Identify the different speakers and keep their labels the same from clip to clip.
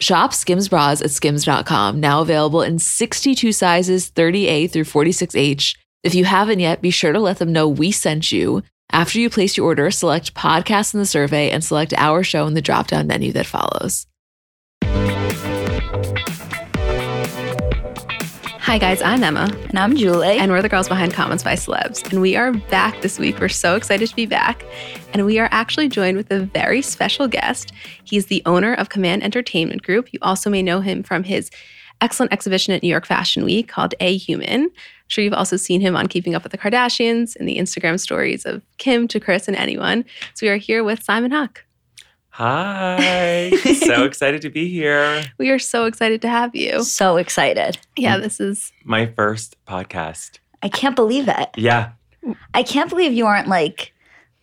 Speaker 1: Shop Skims bras at skims.com, now available in 62 sizes 30A through 46H. If you haven't yet, be sure to let them know we sent you. After you place your order, select podcast in the survey and select our show in the drop down menu that follows.
Speaker 2: Hi, guys, I'm Emma.
Speaker 3: And I'm Julie.
Speaker 2: And we're the girls behind Comments by Celebs. And we are back this week. We're so excited to be back. And we are actually joined with a very special guest. He's the owner of Command Entertainment Group. You also may know him from his excellent exhibition at New York Fashion Week called A Human. I'm sure you've also seen him on Keeping Up with the Kardashians and the Instagram stories of Kim to Chris and anyone. So we are here with Simon Huck.
Speaker 4: Hi. so excited to be here.
Speaker 2: We are so excited to have you.
Speaker 3: so excited.
Speaker 2: Yeah, this is
Speaker 4: My first podcast.
Speaker 3: I can't believe it.
Speaker 4: Yeah.
Speaker 3: I can't believe you aren't like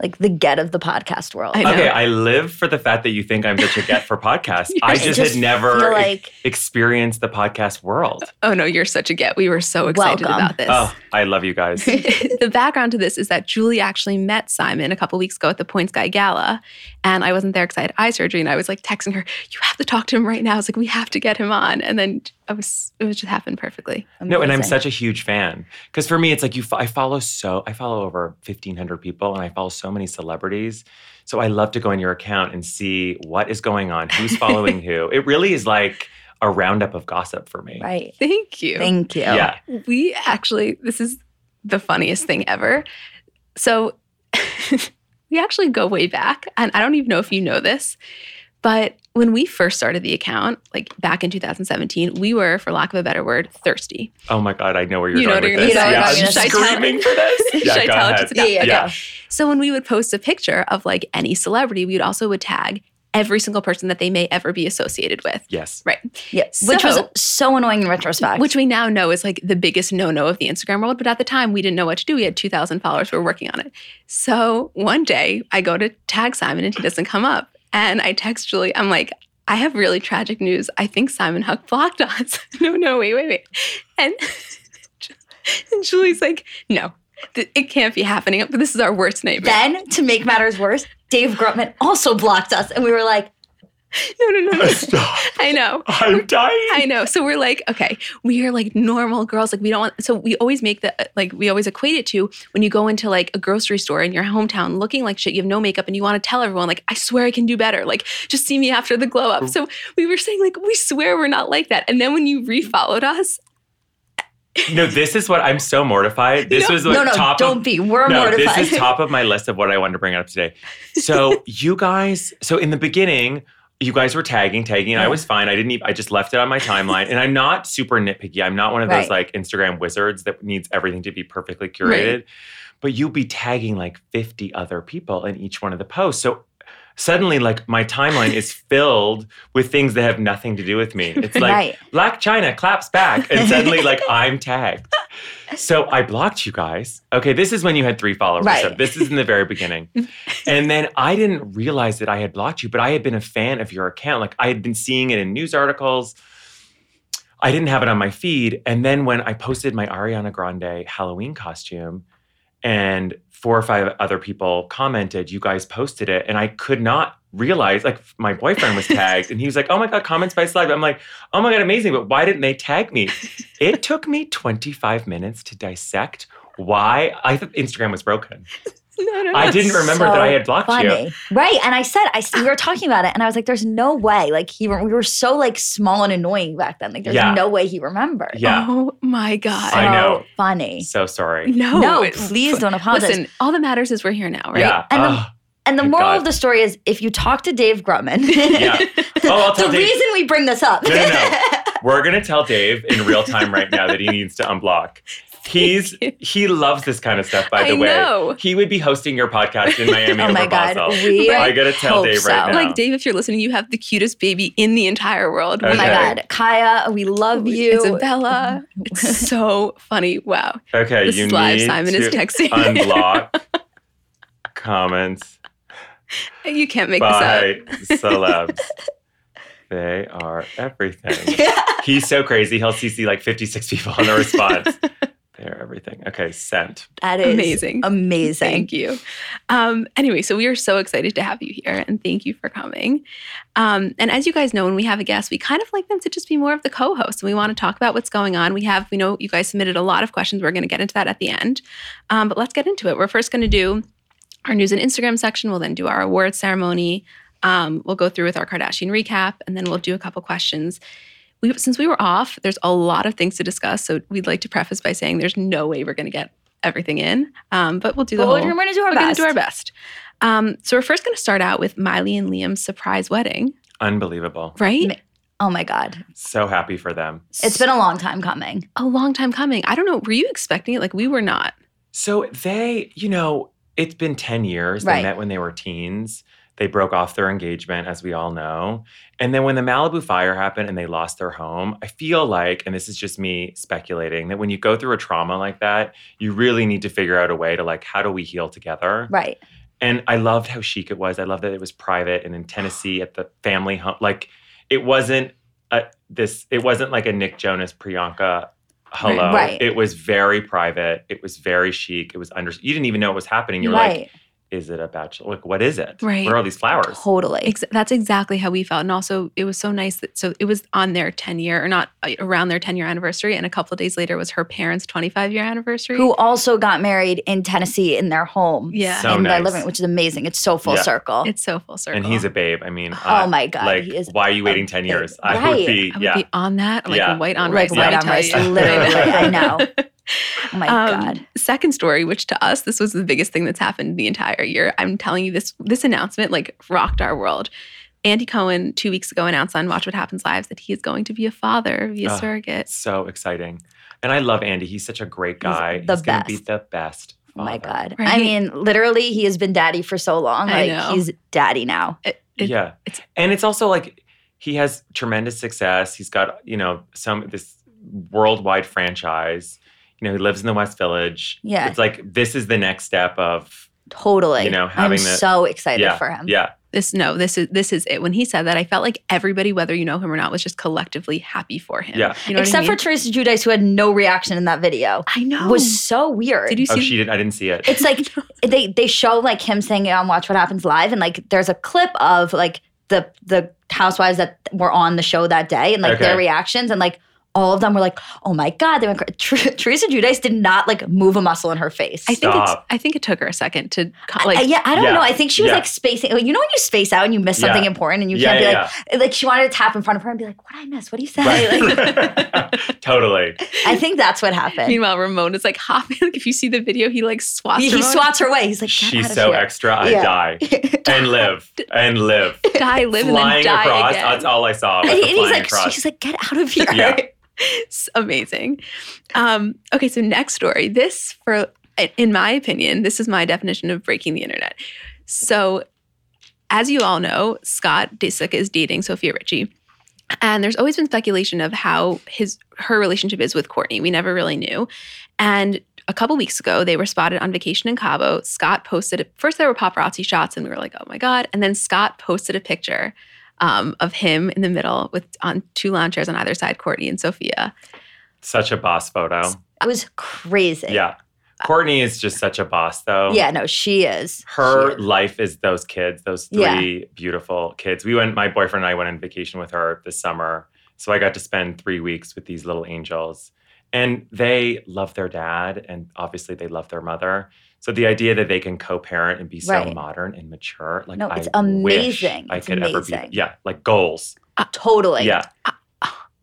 Speaker 3: like the get of the podcast world.
Speaker 2: I know.
Speaker 4: Okay. I live for the fact that you think I'm such a get for podcasts. I
Speaker 3: I
Speaker 4: just,
Speaker 3: just
Speaker 4: had never
Speaker 3: feel
Speaker 4: e-
Speaker 3: like-
Speaker 4: experienced the podcast world.
Speaker 2: oh no, you're such a get. We were so excited
Speaker 3: Welcome.
Speaker 2: about this.
Speaker 4: Oh, I love you guys.
Speaker 2: the background to this is that Julie actually met Simon a couple weeks ago at the Points Guy Gala, and I wasn't there because I had eye surgery, and I was like texting her, "You have to talk to him right now." I was like, "We have to get him on," and then I was it was just happened perfectly.
Speaker 4: No, and I'm
Speaker 3: Amazing.
Speaker 4: such a huge fan because for me, it's like you. Fo- I follow so I follow over 1,500 people, and I follow so many celebrities. So I love to go in your account and see what is going on, who's following who. It really is like a roundup of gossip for me.
Speaker 3: right. Oh,
Speaker 2: Thank you.
Speaker 3: Thank you.
Speaker 4: Yeah.
Speaker 2: we actually this is the funniest thing ever. So we actually go way back, and I don't even know if you know this, but when we first started the account, like back in 2017, we were, for lack of a better word, thirsty.
Speaker 4: Oh my God, I know where you're
Speaker 2: You know
Speaker 4: going with
Speaker 2: what I-
Speaker 4: this.
Speaker 3: you know what
Speaker 4: yeah,
Speaker 3: I
Speaker 4: I'm
Speaker 3: mean. Should
Speaker 2: I tell
Speaker 4: screaming
Speaker 2: it?
Speaker 4: for this.
Speaker 2: Should I
Speaker 4: go
Speaker 2: tell it
Speaker 4: ahead.
Speaker 2: just
Speaker 3: Yeah, yeah,
Speaker 4: Yeah.
Speaker 3: go.
Speaker 2: So when we would post a picture of like any celebrity, we would also would tag every single person that they may ever be associated with.
Speaker 4: Yes.
Speaker 2: Right.
Speaker 3: Yeah. Which was
Speaker 2: So-
Speaker 3: so annoying in retrospect.
Speaker 2: Which we now know is like the biggest no no of the Instagram world. But at the time, we didn't know what to do. We had 2,000 followers. We were working on it. So one day, I go to tag Simon and he doesn't come up. And I text Julie, I'm like, I have really tragic news. I think Simon Huck blocked us. no, no, wait, wait, wait. And, and Julie's like, no, th- it can't be happening. This is our worst nightmare.
Speaker 3: then to make matters worse, Dave Grutman also blocked us and we were like,
Speaker 2: no, no, no. no.
Speaker 4: Stop.
Speaker 2: I know.
Speaker 4: I'm dying.
Speaker 2: I know. So we're like, okay, we are like normal girls. Like we don't want. So we always make the like we always equate it to when you go into like a grocery store in your hometown looking like shit. You have no makeup and you want to tell everyone like, I swear I can do better. Like just see me after the glow up. So we were saying like we swear we're not like that. And then when you refollowed us,
Speaker 4: No, this is what I'm so mortified. This
Speaker 2: No,
Speaker 4: was like
Speaker 3: no, no,
Speaker 4: top
Speaker 3: don't
Speaker 4: of,
Speaker 3: be. We're
Speaker 4: no,
Speaker 3: mortified.
Speaker 4: this is top of my list of what I wanted to bring up today. So you guys, so in the beginning, you guys were tagging, tagging, and I was fine. I didn't even, I just left it on my timeline. And I'm not super nitpicky. I'm not one of those like Instagram wizards that needs everything to be perfectly curated. But you'd be tagging like 50 other people in each one of the posts. So suddenly like my timeline is filled with things that have nothing to do with me. It's like
Speaker 3: right.
Speaker 4: Black China claps back, and suddenly, like, I'm tagged. So I blocked you guys. Okay, this is when you had three followers.
Speaker 3: Right.
Speaker 4: So this is in the very beginning. and then I didn't realize that I had blocked you, but I had been a fan of your account. Like, I had been seeing it in news articles. I didn't have it on my feed. And then when I posted my Ariana Grande Halloween costume, and four or five other people commented, you guys posted it. And I could not realize, like, my boyfriend was tagged and he was like, oh my God, comments by celeb. I'm like, oh my God, amazing. But why didn't they tag me? It took me 25 minutes to dissect why I thought Instagram was broken.
Speaker 2: No, no,
Speaker 4: I didn't remember
Speaker 3: so
Speaker 4: that I had blocked you.
Speaker 3: funny. Right. And I said, I we were talking about it, and I was like, there's no way. Like he, we were so like small and annoying back then. Like there's
Speaker 4: Yeah.
Speaker 3: no way he remembered.
Speaker 4: Yeah.
Speaker 2: Oh my
Speaker 3: So
Speaker 4: I
Speaker 2: God.
Speaker 4: know.
Speaker 3: Funny.
Speaker 4: So sorry.
Speaker 2: No.
Speaker 3: no,
Speaker 2: it-
Speaker 3: please don't apologize.
Speaker 2: Listen, all that matters is we're here now, right?
Speaker 4: Yeah.
Speaker 3: And the-
Speaker 4: Ugh.
Speaker 3: and the
Speaker 4: thank
Speaker 3: moral
Speaker 4: God.
Speaker 3: of the story is, if you talk to Dave Grumman,
Speaker 4: yeah. Oh, I'll tell
Speaker 3: the
Speaker 4: Dave.
Speaker 3: reason we bring this up.
Speaker 4: No, no, no. We're gonna tell Dave in real time right now that he needs to unblock. He's
Speaker 2: you.
Speaker 4: he loves this kind of stuff. By the
Speaker 2: I
Speaker 4: way,
Speaker 2: know.
Speaker 4: he would be hosting your podcast in Miami
Speaker 3: oh
Speaker 4: over
Speaker 3: my god,
Speaker 4: Basel.
Speaker 3: we
Speaker 4: I gotta tell
Speaker 3: hope
Speaker 4: Dave
Speaker 3: so.
Speaker 4: right now.
Speaker 2: Like, Dave, if you're listening, you have the cutest baby in the entire world.
Speaker 3: Oh my
Speaker 4: Okay.
Speaker 3: god, Kaya, we love you.
Speaker 2: Isabella. It's so funny. Wow.
Speaker 4: okay,
Speaker 2: This
Speaker 4: you
Speaker 2: is live.
Speaker 4: need
Speaker 2: Simon
Speaker 4: to
Speaker 2: is texting.
Speaker 4: unblock comments
Speaker 2: you can't make this up.
Speaker 4: by celebs. They are everything. He's so crazy. He'll CC like 56 people on the response. They're everything. Okay, sent.
Speaker 3: that is
Speaker 2: Amazing.
Speaker 3: Amazing.
Speaker 2: Thank you. Um, anyway, so we are so excited to have you here and thank you for coming. Um, and as you guys know, when we have a guest, we kind of like them to just be more of the co host and we want to talk about what's going on. We have, we know you guys submitted a lot of questions. We're going to get into that at the end. Um, but let's get into it. We're first going to do our news and Instagram section. We'll then do our award ceremony. Um, we'll go through with our Kardashian recap and then we'll do a couple questions. We, since we were off, there's a lot of things to discuss. So we'd like to preface by saying there's no way we're going to get everything in, um, but we'll do the
Speaker 3: But
Speaker 2: whole
Speaker 3: we're gonna do our
Speaker 2: we're going
Speaker 3: best.
Speaker 2: to do our best. Um, so we're first going to start out with Miley and Liam's surprise wedding,
Speaker 4: Unbelievable.
Speaker 2: right?
Speaker 3: Ma- oh my god,
Speaker 4: So happy for them.
Speaker 3: it's been a long time coming.
Speaker 2: a long time coming. I don't know. Were you expecting it? Like we were not.
Speaker 4: So they, you know, it's been 10 years. They
Speaker 3: Right.
Speaker 4: met when they were teens. They broke off their engagement, as we all know. And then when the Malibu fire happened and they lost their home, I feel like, and this is just me speculating, that when you go through a trauma like that, you really need to figure out a way to, like, how do we heal together?
Speaker 3: Right.
Speaker 4: And I loved how chic it was. I loved that it was private and in Tennessee at the family home. Like, it wasn't a, this, it wasn't like a Nick Jonas Priyanka hello.
Speaker 3: Right.
Speaker 4: It was very private. It was very chic. It was under, you didn't even know it was happening. You were like,
Speaker 3: right.
Speaker 4: is it a bachelor? Like, what is it?
Speaker 2: Right.
Speaker 4: Where are all these flowers?
Speaker 3: totally.
Speaker 2: Ex- that's exactly how we felt. And also, it was so nice that so it was on their ten year or not uh, around their ten year anniversary, and a couple of days later was her parents' twenty five year anniversary.
Speaker 3: Who also got married in Tennessee in their home.
Speaker 2: Yeah,
Speaker 4: So
Speaker 3: in their
Speaker 4: nice.
Speaker 3: living, room, which is amazing. It's so full
Speaker 4: Yeah.
Speaker 3: circle.
Speaker 2: it's so full circle.
Speaker 4: And he's a babe. I mean,
Speaker 3: oh my god,
Speaker 4: like,
Speaker 3: he is
Speaker 4: why are you waiting
Speaker 3: a
Speaker 4: 10
Speaker 3: babe.
Speaker 4: years? I would
Speaker 3: Right.
Speaker 4: be,
Speaker 2: I would
Speaker 4: yeah.
Speaker 2: be on that like
Speaker 4: Yeah.
Speaker 2: a white on
Speaker 3: Like
Speaker 2: rice. let
Speaker 3: white
Speaker 2: me
Speaker 3: on
Speaker 2: tell
Speaker 3: rice,
Speaker 2: you.
Speaker 3: literally. I know. Oh my
Speaker 2: Um,
Speaker 3: god.
Speaker 2: Second story, which to us this was the biggest thing that's happened the entire year. I'm telling you this this announcement like rocked our world. Andy Cohen two weeks ago announced on Watch What Happens Live that he is going to be a father via
Speaker 4: Ugh.
Speaker 2: surrogate.
Speaker 4: so exciting. And I love Andy. He's such a great guy.
Speaker 3: the
Speaker 4: He's gonna be
Speaker 3: best.
Speaker 4: the best.
Speaker 3: Oh my
Speaker 4: father.
Speaker 3: god. I
Speaker 2: Right.
Speaker 3: mean, literally, he has been daddy for so long.
Speaker 2: I
Speaker 3: Like
Speaker 2: know.
Speaker 3: he's daddy now.
Speaker 2: It-
Speaker 4: yeah.
Speaker 2: it's-
Speaker 4: and it's also like he has tremendous success. He's got, you know, some this worldwide franchise. You know, he lives in the West Village.
Speaker 3: Yeah.
Speaker 4: It's like this is the next step of
Speaker 3: Totally.
Speaker 4: You know,
Speaker 3: I'm
Speaker 4: having the-
Speaker 3: so excited
Speaker 4: yeah,
Speaker 3: for him.
Speaker 4: yeah.
Speaker 2: This no, this is this is it. When he said that, I felt like everybody, whether you know him or not, was just collectively happy for him.
Speaker 4: Yeah.
Speaker 2: You know
Speaker 3: Except
Speaker 2: what I mean?
Speaker 3: for Teresa Judice, who had no reaction in that video.
Speaker 2: I know.
Speaker 3: Was so weird.
Speaker 2: Did you see?
Speaker 4: Oh, she didn't I didn't see it.
Speaker 3: it's like they they show like him saying it on Watch What Happens Live, and like there's a clip of like the the housewives that were on the show that day, and like their
Speaker 4: Okay.
Speaker 3: reactions, and like all of them were like, "Oh my god!" They went. cra- Ter- Teresa Judice did not like move a muscle in her face.
Speaker 2: I think it's,
Speaker 4: Stop.
Speaker 2: I think it took her a second to co-
Speaker 3: I-
Speaker 2: like.
Speaker 3: yeah, I don't
Speaker 4: Yeah.
Speaker 3: know. I think she was
Speaker 4: Yeah.
Speaker 3: like spacing. You know when you space out and you miss
Speaker 4: Yeah.
Speaker 3: something important, and you
Speaker 4: yeah,
Speaker 3: can't
Speaker 4: yeah,
Speaker 3: be like, like she wanted to tap in front of her and be like, "What did I miss? What do you say?"
Speaker 4: yeah.
Speaker 3: Like,
Speaker 4: Right. totally.
Speaker 3: I think that's what happened.
Speaker 2: Meanwhile, Ramon is like hopping. Like if you see the video, he like swats.
Speaker 3: he, he
Speaker 2: Ramon.
Speaker 3: swats her way. He's like, "Get out
Speaker 4: She's
Speaker 3: of
Speaker 4: so
Speaker 3: here."
Speaker 4: extra. I
Speaker 3: Yeah.
Speaker 4: die and live and live.
Speaker 2: die, live, and then
Speaker 4: flying
Speaker 2: die
Speaker 4: across.
Speaker 2: again.
Speaker 4: That's all I saw. Was
Speaker 3: And, he-
Speaker 4: the
Speaker 3: and he's
Speaker 4: flying
Speaker 3: like,
Speaker 4: across.
Speaker 3: she's like, get out of here.
Speaker 4: Yeah.
Speaker 2: It's amazing. Um, okay, so next story. This, for in my opinion, this is my definition of breaking the internet. So, as you all know, Scott Disick is dating Sophia Richie, and there's always been speculation of how his her relationship is with Courtney. We never really knew, and. A couple weeks ago, they were spotted on vacation in Cabo. Scott posted first there were paparazzi shots, and we were like, "Oh my god!" And then Scott posted a picture um, of him in the middle with on two lawn chairs on either side, Courtney and Sophia.
Speaker 4: Such a boss photo.
Speaker 3: It was crazy.
Speaker 4: Yeah. Courtney is just such a boss, though.
Speaker 3: Yeah, no, she is.
Speaker 4: Oh. Her
Speaker 3: She is.
Speaker 4: life is those kids, those
Speaker 3: Yeah.
Speaker 4: three beautiful kids. We went, my boyfriend and I went on vacation with her this summer. So I got to spend three weeks with these little angels. And they love their dad, and obviously they love their mother. So the idea that they can co parent and be so
Speaker 3: Right.
Speaker 4: modern and mature, like,
Speaker 3: No,
Speaker 4: I
Speaker 3: it's
Speaker 4: wish
Speaker 3: amazing.
Speaker 4: I
Speaker 3: It's
Speaker 4: could ever
Speaker 3: amazing.
Speaker 4: be. Yeah, like goals.
Speaker 3: Uh, totally.
Speaker 4: yeah.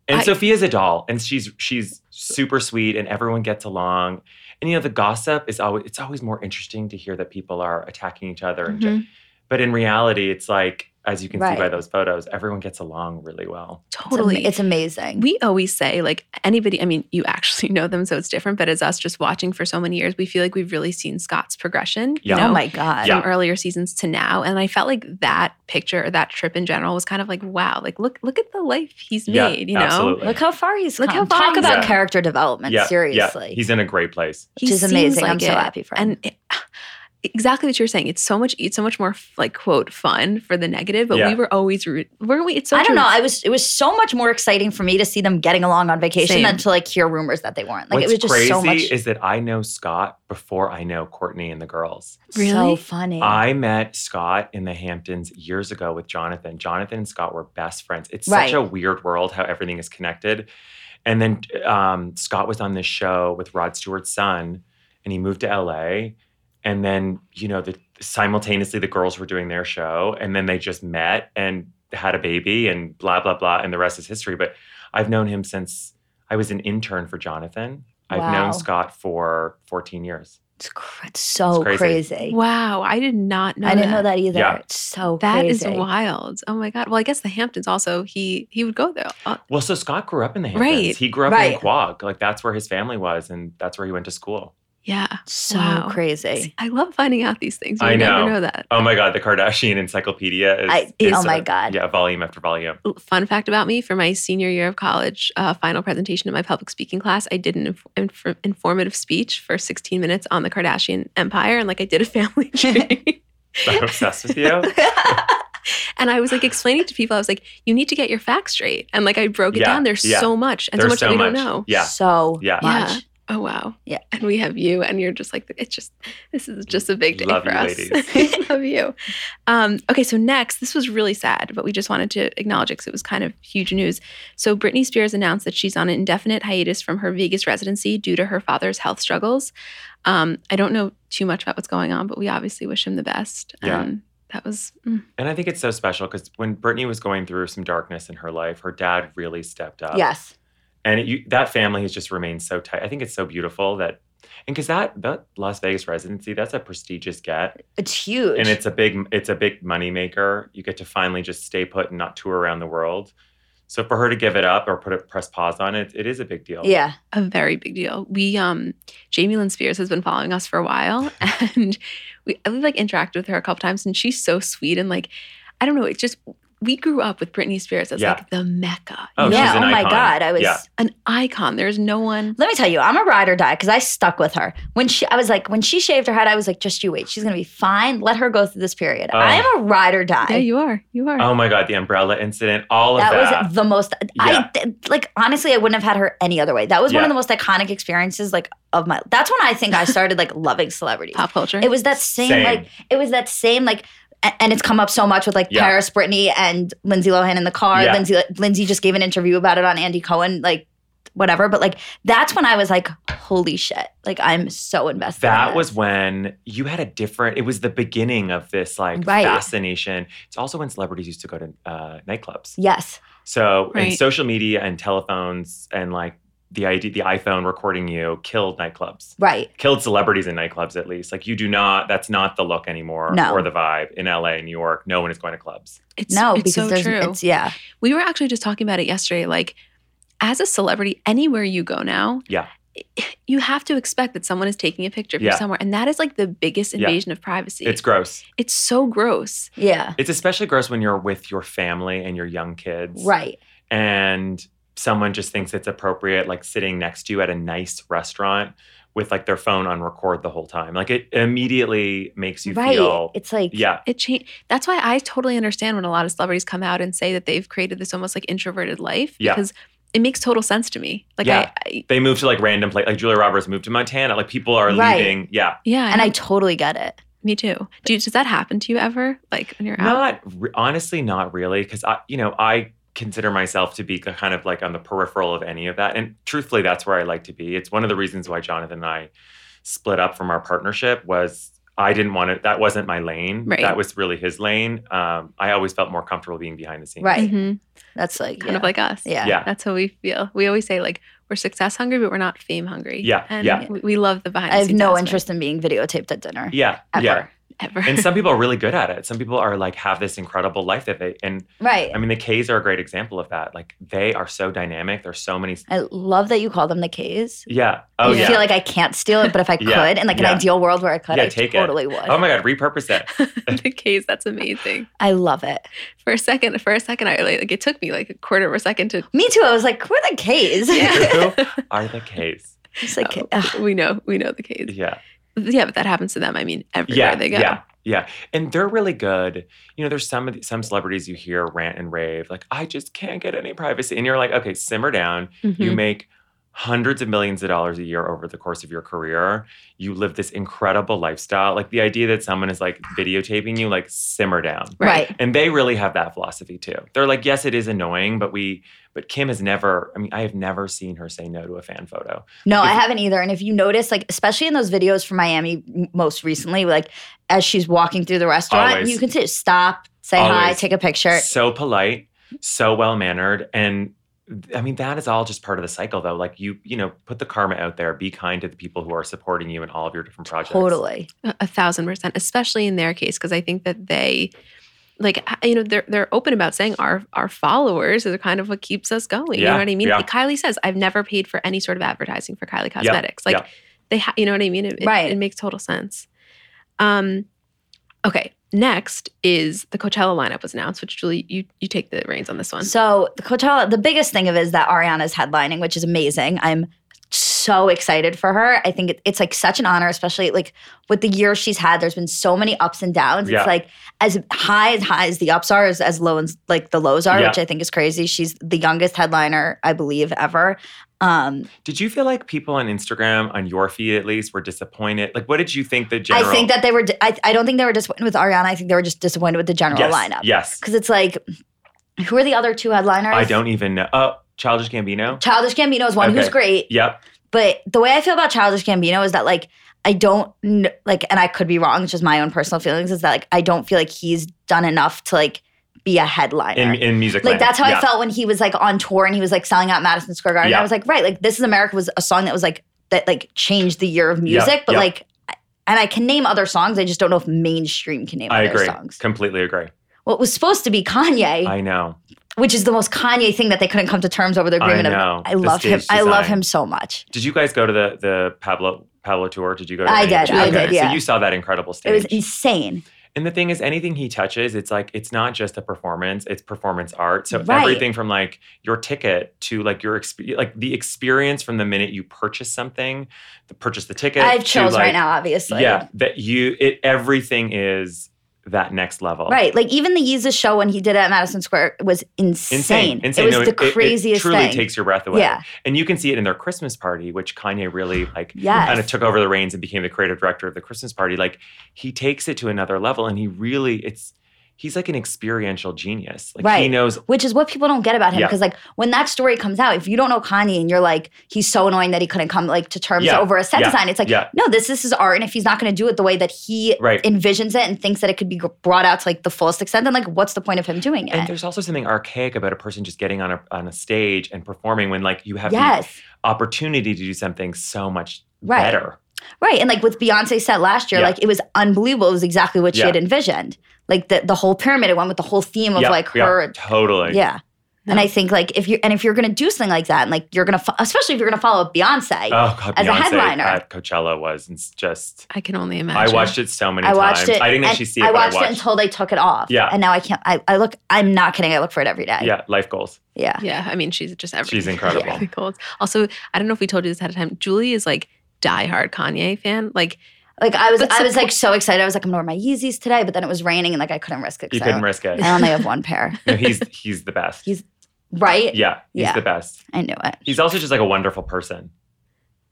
Speaker 4: And
Speaker 1: I-
Speaker 4: Sophia's a doll, and she's she's super sweet, and everyone gets along. And you know, the gossip is always it's always more interesting to hear that people are attacking each other. And ju- but in reality, it's like as you can see by
Speaker 3: Mm-hmm. Right.
Speaker 4: those photos, everyone gets along really well.
Speaker 3: It's, am-
Speaker 2: Totally.
Speaker 3: it's amazing.
Speaker 2: we always say like anybody i mean you actually know them so it's different but as us just watching for so many years we feel like we've really seen scott's progression
Speaker 4: Yeah.
Speaker 2: you
Speaker 3: oh
Speaker 2: know
Speaker 3: my god.
Speaker 2: from
Speaker 4: Yeah.
Speaker 2: earlier seasons to now and i felt like that picture or that trip in general was kind of like wow like look look at the life he's
Speaker 4: Yeah,
Speaker 2: made you know
Speaker 4: absolutely.
Speaker 3: Look how far he's
Speaker 2: Look
Speaker 3: come.
Speaker 2: how far
Speaker 3: Talk
Speaker 2: he's
Speaker 3: about
Speaker 4: come.
Speaker 3: character development. seriously,
Speaker 4: he's in a great place.
Speaker 2: he
Speaker 3: which is
Speaker 2: seems
Speaker 3: amazing.
Speaker 2: like
Speaker 3: I'm so
Speaker 2: it.
Speaker 3: happy for him.
Speaker 2: and it, exactly what you were saying it's so much it's so much more like quote fun for the negative but
Speaker 4: Yeah.
Speaker 2: we were always root weren't we it's so
Speaker 3: I don't
Speaker 2: true.
Speaker 3: know. I was. It was so much more exciting for me to see them getting along on vacation
Speaker 2: Same.
Speaker 3: than to like hear rumors that they weren't. Like
Speaker 4: What's
Speaker 3: it was just
Speaker 4: crazy
Speaker 3: so much.
Speaker 4: is that I know Scott before I know Courtney and the girls.
Speaker 3: so
Speaker 2: Really?
Speaker 3: funny.
Speaker 4: I met Scott in the Hamptons years ago with Jonathan. Jonathan and Scott were best friends. It's such
Speaker 3: Right.
Speaker 4: a weird world how everything is connected. And then um, Scott was on this show with Rod Stewart's son, and he moved to LA. And then, you know, the, simultaneously the girls were doing their show, and then they just met and had a baby and blah, blah, blah. And the rest is history. But I've known him since I was an intern for Jonathan. I've
Speaker 3: Wow.
Speaker 4: known Scott for 14 years.
Speaker 3: it's, cr- it's so
Speaker 4: It's
Speaker 3: crazy.
Speaker 4: crazy.
Speaker 2: wow i did not know
Speaker 3: I didn't
Speaker 2: that.
Speaker 3: know that either.
Speaker 4: Yeah.
Speaker 3: It's so
Speaker 2: That is
Speaker 3: crazy.
Speaker 2: wild. Oh my god. Well, I guess the Hamptons also he he would go there. Uh,
Speaker 4: Well, so Scott grew up in the Hamptons.
Speaker 2: Right.
Speaker 4: He grew up
Speaker 3: Right.
Speaker 4: in Quag. Like that's where his family was, and that's where he went to school.
Speaker 2: yeah.
Speaker 3: So
Speaker 2: Wow.
Speaker 3: crazy.
Speaker 2: I love finding out these things. You
Speaker 4: I
Speaker 2: never
Speaker 4: know.
Speaker 2: know that.
Speaker 4: Oh my God, the Kardashian encyclopedia is.
Speaker 3: I-
Speaker 4: is
Speaker 3: oh my
Speaker 4: a-
Speaker 3: God.
Speaker 4: Yeah, volume after volume.
Speaker 2: Fun fact about me: for my senior year of college, uh, final presentation in my public speaking class, I did an inf- inf- informative speech for 16 minutes on the Kardashian empire, and like I did a family tree.
Speaker 4: I'm obsessed with you.
Speaker 2: and I was like explaining to people, I was like, "You need to get your facts straight," and like I broke it
Speaker 4: Yeah,
Speaker 2: down. There's
Speaker 4: yeah.
Speaker 2: so much, and
Speaker 4: There's
Speaker 2: so much
Speaker 4: so
Speaker 2: that we
Speaker 4: much.
Speaker 2: don't know.
Speaker 4: Yeah.
Speaker 3: So
Speaker 4: Yeah.
Speaker 3: much.
Speaker 2: Yeah. Oh wow.
Speaker 3: Yeah.
Speaker 2: And we have you and you're just like it's just this is just a big day
Speaker 4: Love
Speaker 2: for
Speaker 4: you,
Speaker 2: us. Love you. Um, okay, so next, this was really sad, but we just wanted to acknowledge it because it was kind of huge news. So Britney Spears announced that she's on an indefinite hiatus from her Vegas residency due to her father's health struggles. Um, I don't know too much about what's going on, but we obviously wish him the best.
Speaker 4: Yeah.
Speaker 2: Um, that was mm,
Speaker 4: And I think it's so special because when Brittany was going through some darkness in her life, her dad really stepped up.
Speaker 3: Yes.
Speaker 4: And it, you, that family has just remained so tight. I think it's so beautiful that, and because that, that Las Vegas residency, that's a prestigious get,
Speaker 3: It's huge.
Speaker 4: and it's a big it's a big moneymaker. You get to finally just stay put and not tour around the world. So for her to give it up or put a press pause on it, it is a big deal.
Speaker 3: yeah.
Speaker 2: a very big deal. We um Jamie Lynn Spears has been following us for a while and we I've like interacted with her a couple times and she's so sweet and like I don't know, it's just we grew up with Britney Spears as
Speaker 4: Yeah.
Speaker 2: like the mecca.
Speaker 4: Oh,
Speaker 2: you know?
Speaker 3: yeah.
Speaker 4: she's an
Speaker 3: oh my
Speaker 4: icon.
Speaker 3: god. I was.
Speaker 4: Yeah.
Speaker 2: An icon. There's no one
Speaker 3: Let me tell you, I'm a ride or die because I stuck with her. When she, I was like, when she shaved her head, I was like, just you wait, she's gonna be fine. Let her go through this period.
Speaker 4: Oh.
Speaker 3: I am a ride or die.
Speaker 2: Yeah, you are. You are.
Speaker 4: Oh my god, the umbrella incident, all of
Speaker 3: that
Speaker 4: that.
Speaker 3: was the most.
Speaker 4: Yeah.
Speaker 3: I like honestly, I wouldn't have had her any other way. That was one
Speaker 4: Yeah.
Speaker 3: of the most iconic experiences like of my. That's when I think I started like loving celebrities.
Speaker 2: Pop culture.
Speaker 3: It was that same,
Speaker 4: Same.
Speaker 3: like it was that same like a- and it's come up so much with like
Speaker 4: Yeah.
Speaker 3: Paris Brittany and Lindsay Lohan in the car.
Speaker 4: Yeah.
Speaker 3: Lindsay Lindsay just gave an interview about it on Andy Cohen, like whatever. But like that's when I was like, holy shit. Like I'm so invested. in
Speaker 4: that
Speaker 3: this.
Speaker 4: was when you had a different. It was the beginning of this like
Speaker 3: Right.
Speaker 4: fascination. It's also when celebrities used to go to uh, nightclubs.
Speaker 3: Yes.
Speaker 4: So and
Speaker 2: Right.
Speaker 4: social media and telephones and like the idea, the iPhone recording you killed nightclubs,
Speaker 3: Right.
Speaker 4: killed celebrities in nightclubs at least. Like you do not. That's not the look anymore
Speaker 3: No.
Speaker 4: or the vibe in LA, New York. No one is going to clubs.
Speaker 2: it's
Speaker 3: No,
Speaker 2: it's
Speaker 3: because
Speaker 2: so
Speaker 3: there's
Speaker 2: true.
Speaker 3: it's yeah.
Speaker 2: we were actually just talking about it yesterday. Like as a celebrity, anywhere you go now,
Speaker 4: Yeah.
Speaker 2: You have to expect that someone is taking a picture of you
Speaker 4: Yeah.
Speaker 2: somewhere. And that is like the biggest
Speaker 4: Yeah.
Speaker 2: invasion of privacy.
Speaker 4: It's gross.
Speaker 2: it's so gross.
Speaker 3: Yeah.
Speaker 4: It's especially gross when you're with your family and your young kids.
Speaker 3: Right.
Speaker 4: and someone just thinks it's appropriate, like sitting next to you at a nice restaurant with like their phone on record the whole time. Like it immediately makes you
Speaker 3: right.
Speaker 4: feel
Speaker 3: It's like
Speaker 4: yeah.
Speaker 2: It changed. That's why I totally understand when a lot of celebrities come out and say that they've created this almost like introverted life
Speaker 4: Yeah.
Speaker 2: because it makes total sense to me. Like
Speaker 4: Yeah.
Speaker 2: I, I
Speaker 4: They move to like random place. Like Julia Roberts moved to Montana. Like people are
Speaker 3: Right.
Speaker 4: leaving. Yeah.
Speaker 2: yeah,
Speaker 3: and I totally get it.
Speaker 2: me too. Do, does that happen to you ever? Like when you're out?
Speaker 4: Not re- honestly, not really, because I, you know, I consider myself to be kind of like on the peripheral of any of that, and truthfully, that's where I like to be. It's one of the reasons why Jonathan and I split up from our partnership was I didn't want to. That wasn't my lane.
Speaker 2: Right.
Speaker 4: That was really his lane. Um, I always felt more comfortable being behind the scenes.
Speaker 3: Right.
Speaker 2: Mhm.
Speaker 3: That's like
Speaker 2: Kind
Speaker 3: mm-hmm. yeah.
Speaker 2: of like us.
Speaker 3: yeah.
Speaker 4: Yeah.
Speaker 2: That's how we feel. We always say like we're success hungry, but we're not fame hungry.
Speaker 4: Yeah,
Speaker 2: and
Speaker 4: yeah.
Speaker 2: We, we love the behind.
Speaker 3: I
Speaker 2: the
Speaker 3: have
Speaker 2: scenes
Speaker 3: no
Speaker 2: aspect
Speaker 3: interest in being videotaped at dinner
Speaker 4: Yeah.
Speaker 3: ever.
Speaker 4: Yeah.
Speaker 2: ever.
Speaker 4: And some people are really good at it. Some people are like have this incredible life that they and
Speaker 3: Right.
Speaker 4: I mean the K's are a great example of that. Like they are so dynamic. There's so many.
Speaker 3: I love that you call them the K's.
Speaker 4: Yeah. Oh
Speaker 3: I
Speaker 4: yeah.
Speaker 3: feel like I can't steal it, but if I
Speaker 4: Yeah,
Speaker 3: could, in like
Speaker 4: yeah.
Speaker 3: an ideal world where I could,
Speaker 4: Yeah,
Speaker 3: I
Speaker 4: take it.
Speaker 3: totally would.
Speaker 4: oh my God. Repurpose that.
Speaker 2: the case. That's amazing.
Speaker 3: I love it.
Speaker 2: For a second, for a second, I like, like it took me like a quarter of a second to.
Speaker 3: Me too. I was like, we're the K's.
Speaker 2: Yeah.
Speaker 4: Who are the K's?
Speaker 3: it's like,
Speaker 4: Um,
Speaker 2: Oh,
Speaker 3: ugh.
Speaker 2: we know, we know the case.
Speaker 4: Yeah.
Speaker 2: Yeah, but that happens to them. I mean, everywhere
Speaker 4: yeah.
Speaker 2: they go.
Speaker 4: Yeah. Yeah. And they're really good. You know, there's some of the, some celebrities you hear rant and rave, like, I just can't get any privacy. And you're like, okay, simmer down.
Speaker 2: Mhm.
Speaker 4: You make hundreds of millions of dollars a year over the course of your career. You live this incredible lifestyle. Like the idea that someone is like videotaping you, like simmer down.
Speaker 3: right.
Speaker 4: And they really have that philosophy too. They're like, yes, it is annoying, but we, but Kim has never, I mean, I have never seen her say no to a fan photo.
Speaker 3: No, I
Speaker 4: If-
Speaker 3: haven't either. And if you notice, like, especially in those videos from Miami m- most recently, like, as she's walking through the restaurant,
Speaker 4: Always.
Speaker 3: you can say, stop, say hi,
Speaker 4: Always.
Speaker 3: take a picture.
Speaker 4: so polite, so well mannered, and I mean that is all just part of the cycle, though. Like you, you know, put the karma out there. Be kind to the people who are supporting you in all of your different projects.
Speaker 3: Totally.
Speaker 2: A a thousand percent, especially in their case, because I think that they, like, h- you know, they're they're open about saying our our followers is kind of what keeps us going. you
Speaker 4: Yeah,
Speaker 2: know what I mean?
Speaker 4: yeah.
Speaker 2: Like Kylie says, I've never paid for any sort of advertising for Kylie Cosmetics. like
Speaker 4: yeah.
Speaker 2: they, ha- you know what I mean? It, it-
Speaker 3: Right.
Speaker 2: It, makes total sense. Um, okay. Next is the Coachella lineup was announced, which Julie, you you take the reins on this one.
Speaker 3: So, the Coachella, the biggest thing of it is that Ariana's headlining, which is amazing. I'm so excited for her. I think it, it's like such an honor, especially like with the year she's had. There's been so many ups and downs.
Speaker 4: Yeah.
Speaker 3: It's like as high as high as the ups are, as, as low as like the lows are,
Speaker 4: Yeah.
Speaker 3: which I think is crazy. She's the youngest headliner, I believe, ever. Um,
Speaker 4: Did you feel like people on Instagram, on your feed at least, were disappointed? Like, what did you think the general?
Speaker 3: I think that they were. I, I don't think they were disappointed with Ariana. I think they were just disappointed with the general
Speaker 4: yes,
Speaker 3: lineup.
Speaker 4: Yes,
Speaker 3: Because it's like, who are the other two headliners?
Speaker 4: I don't even know. Oh, Childish Gambino.
Speaker 3: Childish Gambino is one who's
Speaker 4: Okay.
Speaker 3: great,
Speaker 4: Yep.
Speaker 3: but the way I feel about Childish Gambino is that like I don't kn- like, and I could be wrong. It's just my own personal feelings. Is that like I don't feel like he's done enough to like be a headliner.
Speaker 4: In in music.
Speaker 3: like
Speaker 4: land.
Speaker 3: that's how
Speaker 4: Yeah.
Speaker 3: I felt when he was like on tour and he was like selling out Madison Square Garden.
Speaker 4: Yeah.
Speaker 3: I was like, right, like This Is America was a song that was like that like changed the year of
Speaker 4: Yeah,
Speaker 3: music, but
Speaker 4: yeah.
Speaker 3: like, and I can name other songs. I just don't know if mainstream can name
Speaker 4: I
Speaker 3: other
Speaker 4: agree.
Speaker 3: songs.
Speaker 4: Completely agree.
Speaker 3: what was supposed to be Kanye,
Speaker 4: I know.
Speaker 3: which is the most Kanye thing that they couldn't come to terms over the
Speaker 4: I
Speaker 3: agreement. of,
Speaker 4: know.
Speaker 3: I
Speaker 4: The
Speaker 3: love him.
Speaker 4: stage
Speaker 3: I love
Speaker 4: design.
Speaker 3: him so much.
Speaker 4: Did you guys go to the the Pablo Pablo tour? Did you go? to
Speaker 3: I
Speaker 4: any of
Speaker 3: did,
Speaker 4: it?
Speaker 2: I
Speaker 4: Okay,
Speaker 3: did, yeah.
Speaker 4: So you saw that incredible stage.
Speaker 3: It was insane.
Speaker 4: And the thing is, anything he touches, it's like it's not just a performance; it's performance art. So
Speaker 3: Right.
Speaker 4: everything from like your ticket to like your exp- like the experience from the minute you purchase something, the purchase the ticket.
Speaker 3: I have
Speaker 4: to,
Speaker 3: chills
Speaker 4: like-
Speaker 3: right now, obviously.
Speaker 4: yeah, that you it everything is that next level.
Speaker 3: Right, like even the Yeezus show when he did it at Madison Square was insane.
Speaker 4: Insane. Insane.
Speaker 3: It was
Speaker 4: No,
Speaker 3: the craziest
Speaker 4: It truly
Speaker 3: thing.
Speaker 4: takes your breath away.
Speaker 3: Yeah,
Speaker 4: And you can see it in their Christmas party, which Kanye really like
Speaker 3: yes.
Speaker 4: kind of took over the reins and became the creative director of the Christmas party. Like he takes it to another level and he really it's he's like an experiential genius. Like he
Speaker 3: Right.
Speaker 4: knows
Speaker 3: which is what people don't get about him
Speaker 4: Yeah.
Speaker 3: because like when that story comes out if you don't know kanye and you're like he's so annoying that he couldn't come like to terms
Speaker 4: Yeah.
Speaker 3: over a set
Speaker 4: Yeah.
Speaker 3: design it's like
Speaker 4: Yeah.
Speaker 3: no this this is art and if he's not going to do it the way that he
Speaker 4: Right.
Speaker 3: envisions it and thinks that it could be gr- brought out to like the fullest extent then like what's the point of him doing
Speaker 4: And
Speaker 3: it
Speaker 4: there's also something archaic about a person just getting on a on a stage and performing when like you have
Speaker 3: yes
Speaker 4: the opportunity to do something so much
Speaker 3: Right.
Speaker 4: better.
Speaker 3: right and like with beyonce's set last year
Speaker 4: Yeah.
Speaker 3: like it was unbelievable it was exactly what she
Speaker 4: Yeah.
Speaker 3: had envisioned like the, the whole pyramid it went with the whole theme of
Speaker 4: Yeah,
Speaker 3: like
Speaker 4: yeah,
Speaker 3: her
Speaker 4: totally.
Speaker 3: yeah and
Speaker 2: No.
Speaker 3: i think like if you and if you're going to do something like that and like you're going to fo- especially if you're going to follow beyonce
Speaker 4: Oh god,
Speaker 3: As a
Speaker 4: Beyonce
Speaker 3: headliner.
Speaker 4: at Coachella was it's just
Speaker 2: I can only imagine.
Speaker 4: I watched it so many
Speaker 3: I watched it.
Speaker 4: times. I didn't
Speaker 3: and
Speaker 4: actually see it,
Speaker 3: I
Speaker 4: but
Speaker 3: watched,
Speaker 4: I watched
Speaker 3: it until they took it off.
Speaker 4: Yeah.
Speaker 3: And now I can't. I, I look. I'm not kidding. I look for it every day.
Speaker 4: Yeah, life goals.
Speaker 3: Yeah.
Speaker 2: Yeah, I mean, she's just everything.
Speaker 4: She's incredible.
Speaker 2: Cold. Also, I don't know if we told you this ahead of time. Julie is like diehard Kanye fan. Like
Speaker 3: Like I was,
Speaker 2: But
Speaker 3: I was
Speaker 2: support-
Speaker 3: like so excited. I was like, I'm gonna wear my Yeezys today, but then it was raining and like I couldn't risk it. 'cause
Speaker 4: You
Speaker 3: I
Speaker 4: couldn't
Speaker 3: don't-
Speaker 4: risk it.
Speaker 3: I only have one pair,
Speaker 4: No, he's he's the best.
Speaker 3: He's- right?
Speaker 4: yeah, he's
Speaker 3: Yeah.
Speaker 4: the best.
Speaker 3: I knew it.
Speaker 4: He's also just like a wonderful person.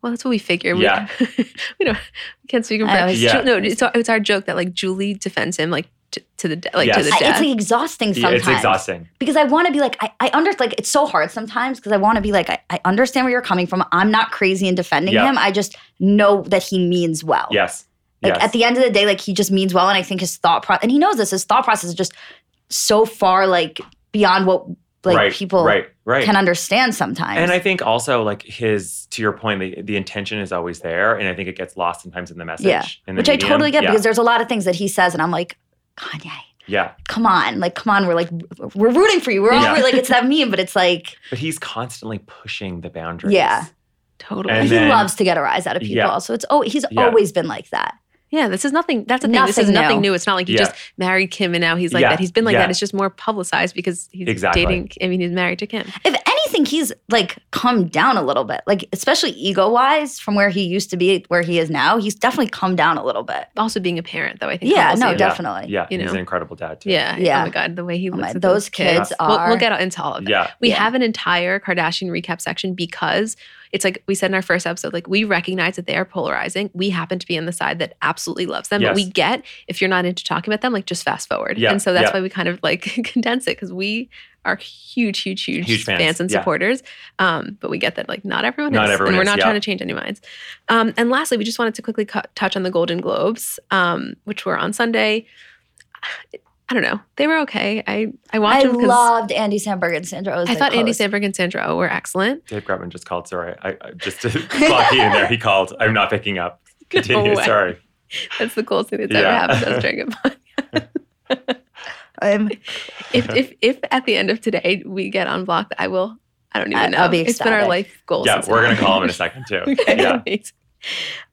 Speaker 2: well, that's what we figure.
Speaker 4: Yeah.
Speaker 2: We, we don't we can't speak in
Speaker 3: I
Speaker 2: French.
Speaker 3: always-
Speaker 4: Yeah.
Speaker 2: No, it's our, it's our joke that like Julie defends him like to, to the de- like to
Speaker 4: Yes.
Speaker 2: the
Speaker 3: I-
Speaker 2: death.
Speaker 3: it's like exhausting
Speaker 4: Yeah,
Speaker 3: sometimes
Speaker 4: it's exhausting.
Speaker 3: because I want to be like I, I under like it's so hard sometimes because I want to be like I, I understand where you're coming from. I'm not crazy in defending
Speaker 4: Yeah.
Speaker 3: him. I just know that he means well.
Speaker 4: Yes.
Speaker 3: Like
Speaker 4: yes.
Speaker 3: at the end of the day, like he just means well, and I think his thought process and he knows this. His thought process is just so far like beyond what like
Speaker 4: right,
Speaker 3: people
Speaker 4: right, right.
Speaker 3: can understand sometimes.
Speaker 4: and I think also like his to your point, the, the intention is always there, and I think it gets lost sometimes in the message.
Speaker 3: Yeah.
Speaker 4: in the
Speaker 3: which I
Speaker 4: medium.
Speaker 3: totally get
Speaker 4: yeah.
Speaker 3: because there's a lot of things that he says, and I'm like Kanye.
Speaker 4: yeah,
Speaker 3: Come on, like come on, we're like we're rooting for you. We're all
Speaker 4: Yeah.
Speaker 3: we're like it's that meme, but it's like
Speaker 4: but he's constantly pushing the boundaries.
Speaker 3: Yeah.
Speaker 2: totally.
Speaker 4: And
Speaker 3: he
Speaker 4: then-
Speaker 3: loves to get a rise out of people.
Speaker 4: Yeah.
Speaker 3: So it's oh he's
Speaker 4: Yeah.
Speaker 3: always been like that.
Speaker 2: yeah, this is nothing. That's the thing. this
Speaker 3: Nothing
Speaker 2: is nothing
Speaker 3: new.
Speaker 2: new. It's not like he
Speaker 4: Yeah.
Speaker 2: just married Kim and now he's like
Speaker 4: Yeah.
Speaker 2: that. He's been like
Speaker 4: Yeah.
Speaker 2: that. It's just more publicized because he's
Speaker 4: Exactly.
Speaker 2: dating. I mean, he's married to Kim.
Speaker 3: If anything, he's like come down a little bit, like especially ego wise from where he used to be, where he is now. He's definitely come down a little bit.
Speaker 2: Also being a parent, though, I think.
Speaker 3: Yeah,
Speaker 2: humbles
Speaker 3: no,
Speaker 2: you.
Speaker 3: definitely.
Speaker 4: yeah.
Speaker 2: You
Speaker 4: he's
Speaker 2: know.
Speaker 4: an incredible dad too.
Speaker 2: Yeah.
Speaker 3: Yeah.
Speaker 2: Oh my God, the way he
Speaker 3: Oh
Speaker 2: looks
Speaker 3: my-
Speaker 2: at
Speaker 3: those kids
Speaker 2: We'll,
Speaker 3: are-
Speaker 2: we'll get into all of it.
Speaker 4: yeah,
Speaker 2: We
Speaker 3: Yeah.
Speaker 2: have an entire Kardashian recap section because it's like we said in our first episode, like we recognize that they are polarizing. We happen to be on the side that absolutely loves them,
Speaker 4: Yes.
Speaker 2: but we get if you're not into talking about them, like just fast forward.
Speaker 4: Yeah,
Speaker 2: And so that's
Speaker 4: yeah.
Speaker 2: why we kind of like condense it because we are huge, huge, huge,
Speaker 4: Huge fans,
Speaker 2: fans, and
Speaker 4: yeah.
Speaker 2: supporters. Um, but we get that like not everyone
Speaker 4: Not
Speaker 2: is,
Speaker 4: everyone
Speaker 2: and we're
Speaker 4: is,
Speaker 2: not
Speaker 4: yeah.
Speaker 2: trying to change any minds. Um, and lastly, we just wanted to quickly cu- touch on the Golden Globes, um, which were on Sunday. I don't know. They were okay. I I watched
Speaker 3: I
Speaker 2: them because
Speaker 3: loved Andy Samberg and Sandra. Oh
Speaker 2: I thought Andy Samberg and Sandra Oh were excellent.
Speaker 4: Dave Grubman just called. Sorry, I, I just to clock you in there. He called. I'm not picking up. Continue.
Speaker 2: way.
Speaker 4: Sorry.
Speaker 2: Oh, That's the coolest thing that's ever
Speaker 4: Yeah.
Speaker 2: happened to us during a podcast.
Speaker 3: I'm,
Speaker 2: If, if if at the end of today we get unblocked, I will. I don't even
Speaker 3: I-
Speaker 2: know.
Speaker 3: I'll be
Speaker 2: it's been our
Speaker 3: ecstatic.
Speaker 2: life goal.
Speaker 4: yeah,
Speaker 2: since it
Speaker 4: we're gonna
Speaker 2: happened.
Speaker 4: call him in a second too.
Speaker 2: okay.
Speaker 4: Yeah.
Speaker 2: amazing.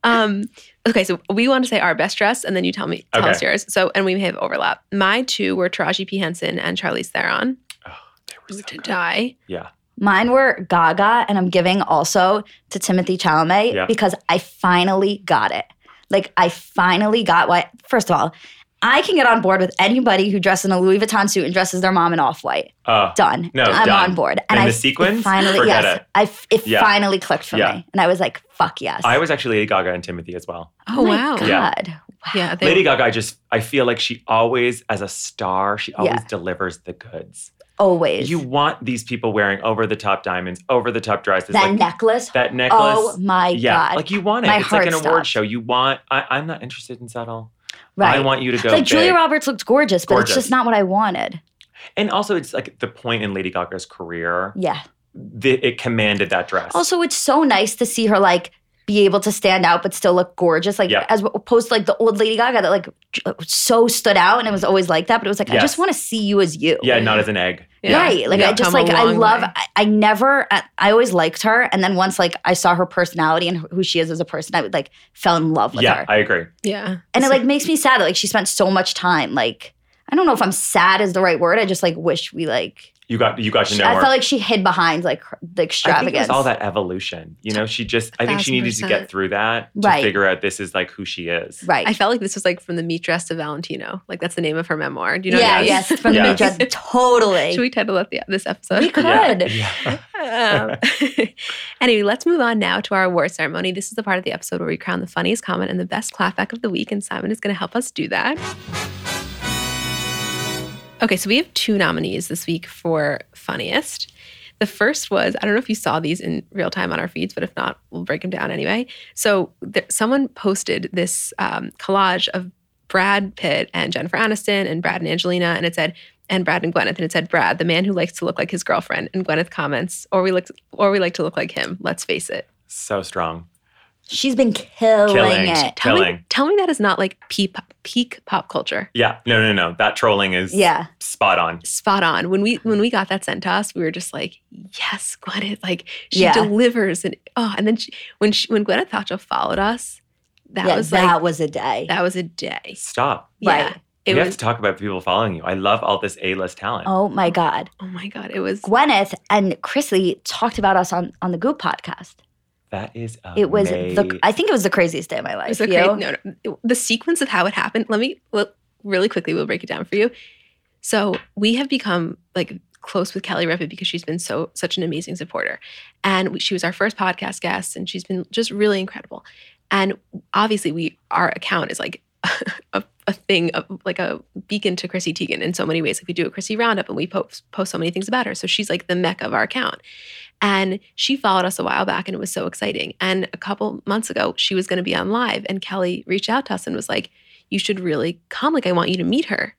Speaker 2: Um. Okay. So we want to say our best dress, and then you tell me tell
Speaker 4: Okay.
Speaker 2: us yours. So and we may have overlap. My two were Taraji P Henson and Charlize Theron.
Speaker 4: Oh, they were so
Speaker 2: to
Speaker 4: good.
Speaker 2: die.
Speaker 4: Yeah.
Speaker 3: mine were Gaga, and I'm giving also to Timothy Chalamet
Speaker 4: Yeah.
Speaker 3: because I finally got it. Like I finally got why. First of all, I can get on board with anybody who dresses in a Louis Vuitton suit and dresses their mom in off white.
Speaker 4: Uh,
Speaker 3: Done.
Speaker 4: No,
Speaker 3: I'm
Speaker 4: done.
Speaker 3: on board.
Speaker 4: And
Speaker 3: I
Speaker 4: the
Speaker 3: it
Speaker 4: sequins?
Speaker 3: finally,
Speaker 4: Forget
Speaker 3: yes,
Speaker 4: it.
Speaker 3: I f- it
Speaker 4: Yeah.
Speaker 3: finally clicked for
Speaker 4: Yeah.
Speaker 3: me, and I was like, "Fuck yes!"
Speaker 4: I was actually Lady Gaga and Timothy as well.
Speaker 2: Oh,
Speaker 3: my
Speaker 2: wow.
Speaker 3: God.
Speaker 4: Yeah.
Speaker 3: Wow.
Speaker 2: Yeah. They,
Speaker 4: Lady Gaga, I just I feel like she always, as a star, she always
Speaker 3: Yeah.
Speaker 4: delivers the goods.
Speaker 3: Always.
Speaker 4: You want these people wearing over the top diamonds, over the top dresses,
Speaker 3: that
Speaker 4: like
Speaker 3: necklace.
Speaker 4: that necklace.
Speaker 3: Oh my
Speaker 4: yeah,
Speaker 3: god.
Speaker 4: like you want it.
Speaker 3: My
Speaker 4: it's like
Speaker 3: heart
Speaker 4: an award
Speaker 3: stopped.
Speaker 4: show. You want. I, I'm not interested in subtle.
Speaker 3: right.
Speaker 4: I want you to go.
Speaker 3: like Julia
Speaker 4: big.
Speaker 3: Roberts looked gorgeous, but
Speaker 4: Gorgeous.
Speaker 3: it's just not what I wanted.
Speaker 4: and also, it's like the point in Lady Gaga's career.
Speaker 3: Yeah.
Speaker 4: that it commanded that dress.
Speaker 3: Also, it's so nice to see her like be able to stand out but still look gorgeous, like
Speaker 4: Yeah.
Speaker 3: as opposed to like the old Lady Gaga that like j- uh, so stood out and it was always like that. But it was like I
Speaker 4: Yes.
Speaker 3: just want to see you as you.
Speaker 4: yeah, not as an egg.
Speaker 3: Right. Like
Speaker 4: Yeah.
Speaker 3: I just
Speaker 2: Come a
Speaker 3: like I
Speaker 2: long
Speaker 3: love
Speaker 2: way.
Speaker 3: I, I never I, I always liked her and then once like I saw her personality and who she is as a person I like fell in love with
Speaker 4: yeah,
Speaker 3: her.
Speaker 4: I agree.
Speaker 2: Yeah.
Speaker 3: and it like makes me sad that like she spent so much time like I don't know if I'm sad is the right word. I just like wish we like
Speaker 4: You got you got to know
Speaker 3: I
Speaker 4: her.
Speaker 3: felt like she hid behind like her- the
Speaker 4: I think it
Speaker 3: extravagance.
Speaker 4: was all that evolution. You know, she just I think she needed to get
Speaker 2: 1000%.
Speaker 4: through that to
Speaker 3: Right.
Speaker 4: figure out this is like who she is.
Speaker 3: right.
Speaker 2: I felt like this was like from the meat dress to Valentino. Like that's the name of her memoir. Do you know?
Speaker 3: yeah,
Speaker 2: what I mean?
Speaker 3: yes, from
Speaker 4: Yeah.
Speaker 3: the dress. Totally.
Speaker 2: Should we title that the, this episode?
Speaker 3: We could.
Speaker 4: Yeah.
Speaker 3: Good.
Speaker 4: Yeah.
Speaker 2: Um, anyway, let's move on now to our award ceremony. This is the part of the episode where we crown the funniest comment and the best clapback of the week, and Simon is going to help us do that. Okay, so we have two nominees this week for funniest. The first was I don't know if you saw these in real time on our feeds, but if not, we'll break them down anyway. So there, someone posted this um, collage of Brad Pitt and Jennifer Aniston and Brad and Angelina, and it said and Brad and Gwyneth, and it said Brad, the man who likes to look like his girlfriend. And Gwyneth comments, or we look, or we like to look like him. Let's face it.
Speaker 4: So strong.
Speaker 3: She's been killing,
Speaker 4: Killing.
Speaker 3: it.
Speaker 2: Tell
Speaker 4: Killing.
Speaker 2: me, tell me that is not like peak peak pop culture.
Speaker 4: Yeah. No, no, no. That trolling is
Speaker 3: Yeah.
Speaker 4: spot on.
Speaker 2: Spot on. When we when we got that sent to us, we were just like, yes, Gwyneth. Like she
Speaker 3: Yeah.
Speaker 2: delivers, and oh, and then she, when she, when Gwyneth Paltrow followed us, that
Speaker 3: yeah,
Speaker 2: was
Speaker 3: that
Speaker 2: like
Speaker 3: was a day.
Speaker 2: that was a day.
Speaker 4: Stop.
Speaker 2: Yeah,
Speaker 3: Right.
Speaker 2: it
Speaker 4: we
Speaker 2: was.
Speaker 4: have to talk about people following you. I love all this A-list talent.
Speaker 3: oh my God.
Speaker 2: oh my god, it was
Speaker 3: Gwyneth and Chrisley talked about us on, on the Goop podcast.
Speaker 4: That is amazing.
Speaker 3: It was the I think it was the craziest day of my life.
Speaker 2: It's so
Speaker 3: You?
Speaker 2: crazy. No, no. The sequence of how it happened. Let me let, really quickly. We'll break it down for you. So we have become like close with Kelly Ripa because she's been so such an amazing supporter, and we, she was our first podcast guest, and she's been just really incredible. And obviously, we our account is like a, a thing of like a beacon to Chrissy Teigen in so many ways. Like we do a Chrissy roundup, and we post post so many things about her. So she's like the mecca of our account. And she followed us a while back and it was so exciting. And a couple months ago, she was going to be on live and Kelly reached out to us and was like, You should really come. Like, I want you to meet her,